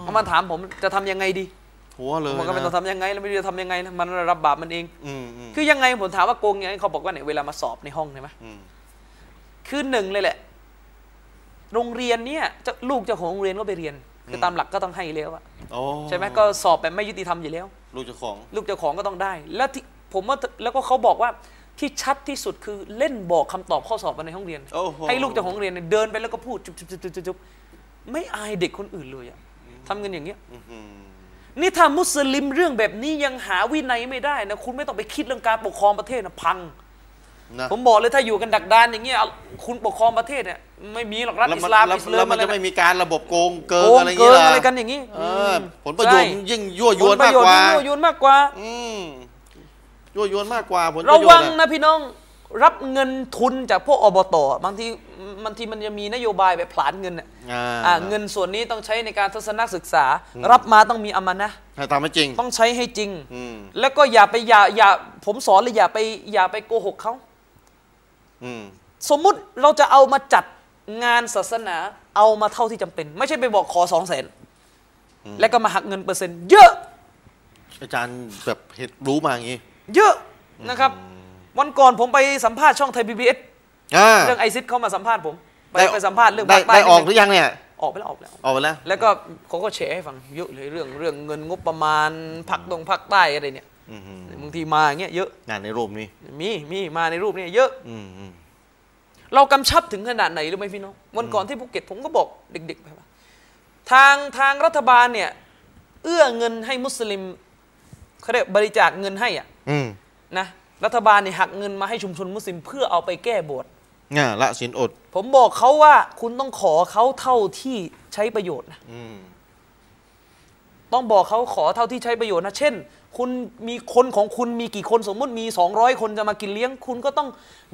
B: เขามาถามผมจะทำยังไงดี
A: หัวเลย
B: ผมก็ไม่ต้อง
A: นะ
B: ทำยังไงแล้วไม่รู้จะทำยังไงนะมันรับบาปมันเอง
A: อืมอืม
B: คือยังไงผมถามว่าโกงยังไงเขาบอกว่าเนี่ยเวลามาสอบในห้องใช่ไหม
A: อืม
B: คือหนึ่งเลยแหละ โรงเรียนเนี่ยเจ้าลูกเจ้าของโรงเรียนก็ไปเรียน คือตามหลักก็ต้องให้อยู่แล้วอะ
A: โอ้
B: ใช่ไหมก็สอบแบบไม่ยุติธรรมอยู่แล้ว
A: ลูกเจ้าของ
B: ลูกเจ้าของก็ต้องได้ แล้วที่ผมว่าแล้วก็เขาบอกว่าที่ชัดที่สุดคือเล่นบอกคำตอบข้อสอบมาในห้องเรียน
A: โอ้โห
B: ให้ลูกเจ้าของเรียนเนี่ยเดินไปแล้วก็พูดจุบจุบจุบจุบจุบไม่อายเด็กคนอื่นเลยอะทำกันอย่างเงี้ย
A: อื้อหือ
B: นี่ถ้ามุสลิมเรื่องแบบนี้ยังหาวินัยไม่ได้นะคุณไม่ต้องไปคิดเรื่องการปกครองประเทศนะพัง
A: นะ
B: ผมบอกเลยถ้าอยู่กันดักดานอย่างเงี้ยคุณปกครองประเทศเนี่ยไม่มีหรอกรัฐ
A: แล้ว
B: อิ
A: มั
B: ส
A: น
B: ลาม
A: แล้ว
B: อิสลา
A: แล้
B: ม
A: วมัน
B: อะไร
A: จะไม่มีการระบบโกงเกิน
B: โก
A: อะไรอ
B: ง
A: ย่าง
B: เกิ
A: เงี้
B: น
A: ย
B: อะไรกันอย่างงี้
A: เออ
B: ม
A: ผลประโยชน์
B: ใช่
A: ยิ่งยั่วยวนมาก
B: ผลประโยช
A: กว่า
B: น์ยั่วยวนมากกว่า
A: อืมยั่วยวนมากกว่าผลป
B: ระ
A: โยช
B: วัง
A: น์อ
B: นะพี่น้องรับเงินทุนจากพวกอบตบางทีบางทีมันจะมีนโยบายแบบผลานเงินน่ะ
A: อ่า
B: อ่าเงินส่วนนี้ต้องใช้ในการทัศนศึกษา รับมาต้องมีอามานะห์
A: ให้ตามไม่จริง
B: ต้องใช้ให้จริง
A: อืม
B: แล้วก็อย่าไปอย่าอย่าผมสอนเลยอย่าไปอย่าไปโกหกเขา
A: อืม
B: สมมุติเราจะเอามาจัดงานศาสนาเอามาเท่าที่จำเป็น ไม่ใช่ไปบอกขอสองแสนแล้วก็มาหักเงินเปอร์เซ็นต์เยอะ
A: อาจารย์แบบเห็นรู้มาอย่างงี้
B: เยอะนะครับ วันก่อนผมไปสัมภาษณ์ช่องไทยบีบีเอส
A: อ่า
B: เรื่องไอซิดเขามาสัมภาษณ์ผมไป
A: ได้
B: ไปสัมภาษณ์เรื่อง
A: ได้
B: ภาคใต้
A: ได้ออกห
B: นิ
A: รื
B: นึง
A: อยังเนี่ย
B: ออกไปแล้วออกไปแล้ว
A: ออกไปแล้ว
B: แล้วก็เขาก็แชร์ให้ฟังเยอะเลยเรื่องเรื่องเงินงบประมาณพักตรงพักใต้อะไรเนี่ย
A: อืม
B: บางทีมาอย่างเงี้ยเยอะ
A: งานในร่มนี่
B: มีมีมาในรูปเนี่ยเยอะ
A: อืมอืม
B: เรากำชับถึงขนาดไหนรู้ไหมพี่น้องวันก่อนที่ภูเก็ตผมก็บอกเด็กๆไปว่าทางทางรัฐบาลเนี่ยเอื้อเงินให้มุสลิมเขาเรียกบริจาคเงินให้อ่ะ
A: อืม
B: นะรัฐบาลเนี่ยหักเงินมาให้ชุมชนมุสลิมเพื่อเอาไปแก้โบสถ์
A: เนี่ยละสินอด
B: ผมบอกเขาว่าคุณต้องขอเขาเท่าที่ใช้ประโยชน์นะ
A: อืม
B: ต้องบอกเขาขอเท่าที่ใช้ประโยชน์นะเช่น คุณมีคนของคุณมีกี่คนสมมติมี 200 คนจะมากินเลี้ยง คุณก็ต้อง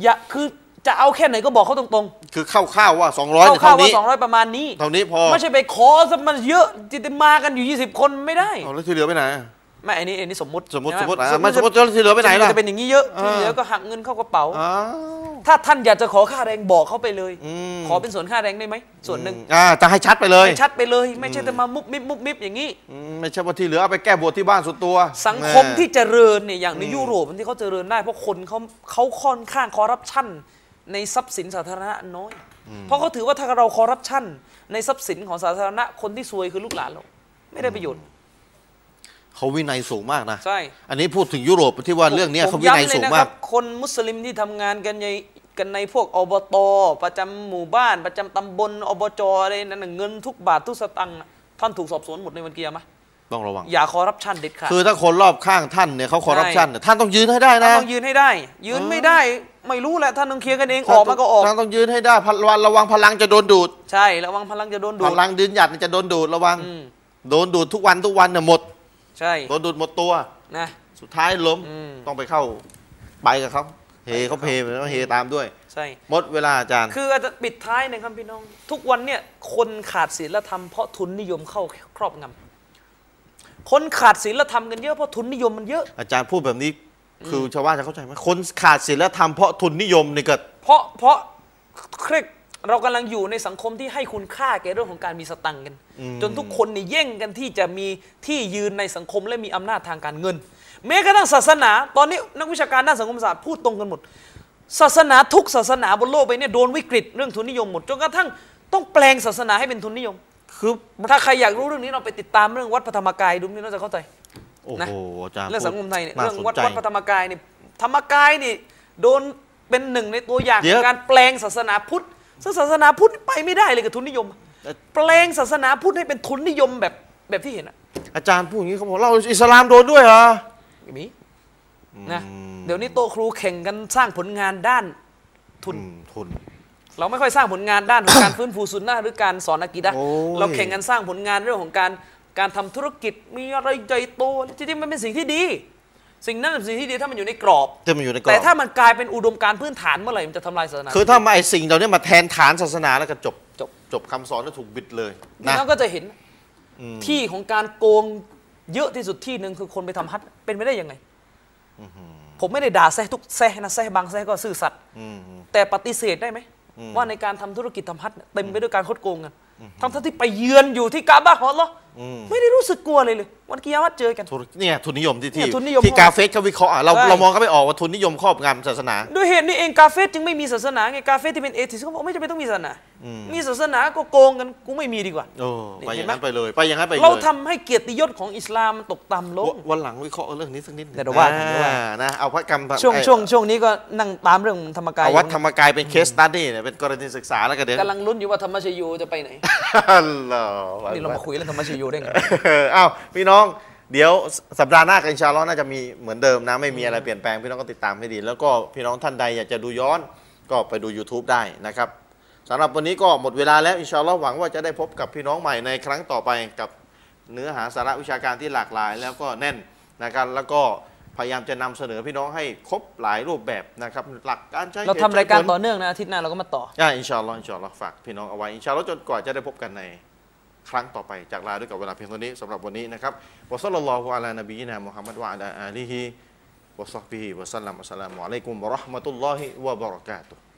B: อย่าคือจะเอาแค่ไหนก็บอกเขาตรง
A: คือข้าวๆว่า 200
B: ๆ
A: เนี่ย
B: เข้า
A: เท่าว
B: ๆว่า
A: นี้
B: 200 ประมาณนี้
A: เท่านี้พอ
B: ไม่ใช่ไปขอซะมันเยอะจิตมากันอยู่ 20 คนไม่ได้
A: เอาแล้วที่เหลือไปไหน
B: ไม่อันนี้อันนี้สมมติ
A: สมมติ
B: ใช่
A: สม
B: ไห
A: มติอ่ะไม่สมมติแล้วที่เหลือไปไหนล่ะ
B: จะเป็นอย่างนี้เยอะที่
A: อ่า
B: เหลือก็หักเงินเข้ากระเป๋า
A: อ้าว
B: ถ้าท่านอยากจะขอค่าแรงบอกเขาไปเลย
A: อืม
B: ขอเป็นส่วนค่าแรงได้ไหมส่วนหนึ่ง
A: อ่าจะให้ชัดไปเลย
B: ให้ชัดไปเลย ไม่ใช่จะมามุบมิบมุบมิบอย่างนี้
A: อืมไม่ใช่ว่าที่เหลือเอาไปแก้บวชที่บ้านส่วนตัว
B: สังคมที่เจริญเนี่ยอย่างในยุโรปที่เขาเจริญได้เพราะคนเขาเขาค่อนข้างคอร์รัปชันในทรัพย์สินสาธารณะน้อย เพราะเขาถือว่าถ้าเราคอร์รัปชันในทรัพย์สินของสาธารณะคนที่ซวยคือลูกหลานเราไม่ได้ประโยชน์
A: เขาวินัยสูงมากนะ
B: ใช่
A: อันนี้พูดถึงยุโรปที่ว่าเรื่องเนี้ย
B: ผม
A: เขาวินัย
B: ำล
A: สูง
B: นะ
A: มาก
B: ครับคนมุสลิมที่ทำงานกันในกันในพวกอบต ประจำหมู่บ้าน ประจำตำบลอบจอะไรนั่นนะเงินทุกบาททุกสตังค์น่ะท่านถูกสอบสวนหมดในวันเกียร์มะ
A: ต้องระวัง
B: อย่าคอร์รัปชันเด็ดขาด
A: คือถ้าคนรอบข้างท่านเนี่ยเขาคอร์รัปชันเนี่ยท่านต้องยืนให้ได้นะ
B: ท่านต้องยืนให้ได้ ยืนไม่ได้ ไม่รู้แหละท่านต้องเคลียร์กันเองอ
A: ท่าน
B: อกมาก็ออก
A: ท่านต้องยืนให้ได้พลวันระวังพลังจะโดนดูด
B: ใช่ระวังพลังจะโดนดู
A: พ
B: ด
A: ลังดึงหยัดเนี่ยจะโดนดูดระวัง
B: อืม
A: โดนดูดทุกวันทุกวันเนี่ยหมด
B: ใช่
A: โดนดูดหมดตัว
B: นะ
A: สุดท้ายล้ม
B: อืม
A: ต้องไปเข้าไปกับเขาเฮเขาเพไปแล้วเฮตามด้วย
B: ใช่
A: หมดเวลาอาจารย์
B: คืออาจจะปิดท้ายนะครับพี่น้อง ทุกวันเนี่ยคนขาดศีลธรรมเพราะทุนนิยมเข้าครอบงำคนขาดศีลธรรมกันเยอะเพราะทุนนิยมมันเยอะ
A: อาจารย์พูดแบบนี้ คือชาวบ้านจะเข้าใจไหมคนขาดศีลธรรมเพราะทุนนิยมนี่เกิด
B: เพราะเพราะเครียดเรากำลังอยู่ในสังคมที่ให้คุณค่าแก่เรื่องของการมีสตังค์กัน จนทุกคนเนี่ยแย่งกันที่จะมีที่ยืนในสังคมและมีอำนาจทางการเงิน แม้กระทั่งศาสนา ตอนนี้นักวิชาการด้านสังคมศาสตร์พูดตรงกันหมด ศาสนาทุกศาสนาบนโลกไปเนี่ยโดนวิกฤตเรื่องทุนนิยมหมดจนกระทั่งต้องแปลงศาสนาให้เป็นทุนนิยม
A: คือ
B: ถ้าใครอยากรู้เรื่องนี้เราไปติดตามเรื่องวัดพระธรรมกายดูนี่น่าจะเข้าใจ
A: โอ้
B: นะ
A: โหอาจารย์
B: เรื่องสังคมไทยเนี่ย
A: น่า
B: เรื่อง
A: สน
B: วัด
A: ใจ
B: วัดพระธรรมกายเนี่ยธรรมกายนี่โดนเป็นหนึ่งในตัวอย่าง
A: เดี๋ยว
B: ของการแปลงศาสนาพุทธซึ่งศาสนาพุทธไปไม่ได้เลยกับทุนนิยม แปลงศาสนาพุทธให้เป็นทุนนิยมแบบแบบที่เห็นอะ
A: อาจารย์พูดอย่างนี้เขาบอกเราอิสลามโดนด้วยเหรอ
B: อย่างนี้นะเดี๋ยวนี้โตครูแข่งกันสร้างผลงานด้าน
A: ทุนทุน
B: เราไม่ค่อยสร้างผลงานด้านของ การฟื้นฟูซุนนะห์หรือการสอนอากีดะห์
A: โอ้ย
B: เราแข่งกันสร้างผลงานเรื่องของการการทำธุรกิจมีอะไรใหญ่โตจริงๆมันเป็นสิ่งที่ดี สิ่งนั้นเป็นสิ่งที่ดีถ้ามันอยู่ในกรอบ
A: จะมาอยู่ในกรอบ
B: แต่ถ้ามันกลายเป็นอุดมการณ์พื้นฐานเมื่อไหร่มันจะทำลายศาสนา
A: คือถ้ามาไอ้สิ่งเหล่านี้มาแทนฐานศาสนาแล้วก็จบ
B: จบ
A: จบคำสอนแล้วถูกบิดเลย
B: พี่
A: นะ
B: น้องก็จะเห็นที่ของการโกงเยอะที่สุดที่หนึ่งคือคนไปทำฮัทเป็นไปได้ยังไงผมไม่ได้ด่าแซ่ทุกแซ่นะแซ่บางแซ่ก็ซื่อสัตย์
A: อืม
B: แต่ปฏิเสธได้ไหมว่าในการทำธุรกิจทำฮัทเนี่ยเต็มไปด้วยการคดโกงกันทั้งๆที่ไปเยือนอยู่ที่กาบาของอัลลอฮ์ไม่ได้รู้สึกกลัวเลยเลย วันกิยามัดเจอกัน
A: ทุนเนี่ยทุนนิยมที่
B: เนี่
A: ที่
B: ยทุนนิยม
A: ที่กาเฟสเขาวิเคราะห์อะเรา
B: ใช่
A: เรามองก็ไม่ออกว่าทุนนิยมครอบงำศาสนา
B: ด้วยเหตุนี้เองกาเฟสจึงไม่มีศาสนาไงกาเฟสที่เป็นเอทิสต์เขาบอกไม่จำเป็นต้องมีศาสนา
A: อืม
B: มีศาสนาก็โกงกันกูไม่มีดีกว่า
A: โอ้ไปอ
B: เห็น
A: ย่าง
B: ไหม
A: นั้นไปเลย ไปอย่างนั้นไปลย
B: เราทำให้เกียรติยศของอิสลามมันตกต่ำล
A: ว
B: ง
A: วันหลังวิเคราะห์เรื่องนี้สักนิดหนึ่ง
B: เดี๋ยวเราว่ากันเดี๋ยวว่า
A: อ่นะเอาพระกรรม
B: ช่วง
A: เอ่อ
B: ช่วงช่วงนี้ก็นั่งตามเรื่องธรรมกาย
A: เอาวัดธรรมกายเป็นเคสตัดดี้เนี่ยเป็นกรณีศึกษาแล้วกันเดี๋ยว
B: กำลังลุ้นอยู่ว่าธรรมชโยจะไปไหน
A: ฮัลโหล
B: นี่เรามาคุยเรื่องธรรมชโยได้ไง
A: เอออ้าวพี่น้องเดี๋ยวสัปดาห์หน้ากันชาล้อฮ์น่าจะมีเหมือนเดิมนะ ไม่มีอะไรเปลี่ยนแปลงพี่น้องก็ติดตามให้ดี แล้วก็พี่น้องท่านใดอยากจะดูย้อนก็ไปดู YouTube ได้นะครับสำหรับวันนี้ก็หมดเวลาแล้วอินชาอัลลอฮ์หวังว่าจะได้พบกับพี่น้องใหม่ในครั้งต่อไปกับเนื้อหาสาระวิชาการที่หลากหลาย แล้วก็แน่นนะครับแล้วก็พยายามจะนำเสนอพี่น้องให้ครบหลายรูปแบบนะครับหลักการใช้
B: เรา
A: หตุ
B: ทำรายการ
A: ใช้ผล
B: ต่อเนื่องนะอาทิตย์หน้าเราก็มาต่อ
A: อ่าอินชาอัลลอฮ์อินชาอัลลอฮ์ฝากพี่น้องเอาไว้อินชาอัลลอฮ์จนกว่าจะได้พบกันใน ครั้งต่อไปจากลาด้วยกับเวลาเพียงเท่านี้สำหรับวันนี้นะครับวะซัลลัลลอฮุอะลานบีนะมุฮัมมัดวะอะลาอาลีฮิวะซอฮบิฮิวะสัลลัมอัสสลามุอะลัยกุมวะเราะห์มะตุลลอฮิวะบะเราะกาตุฮ์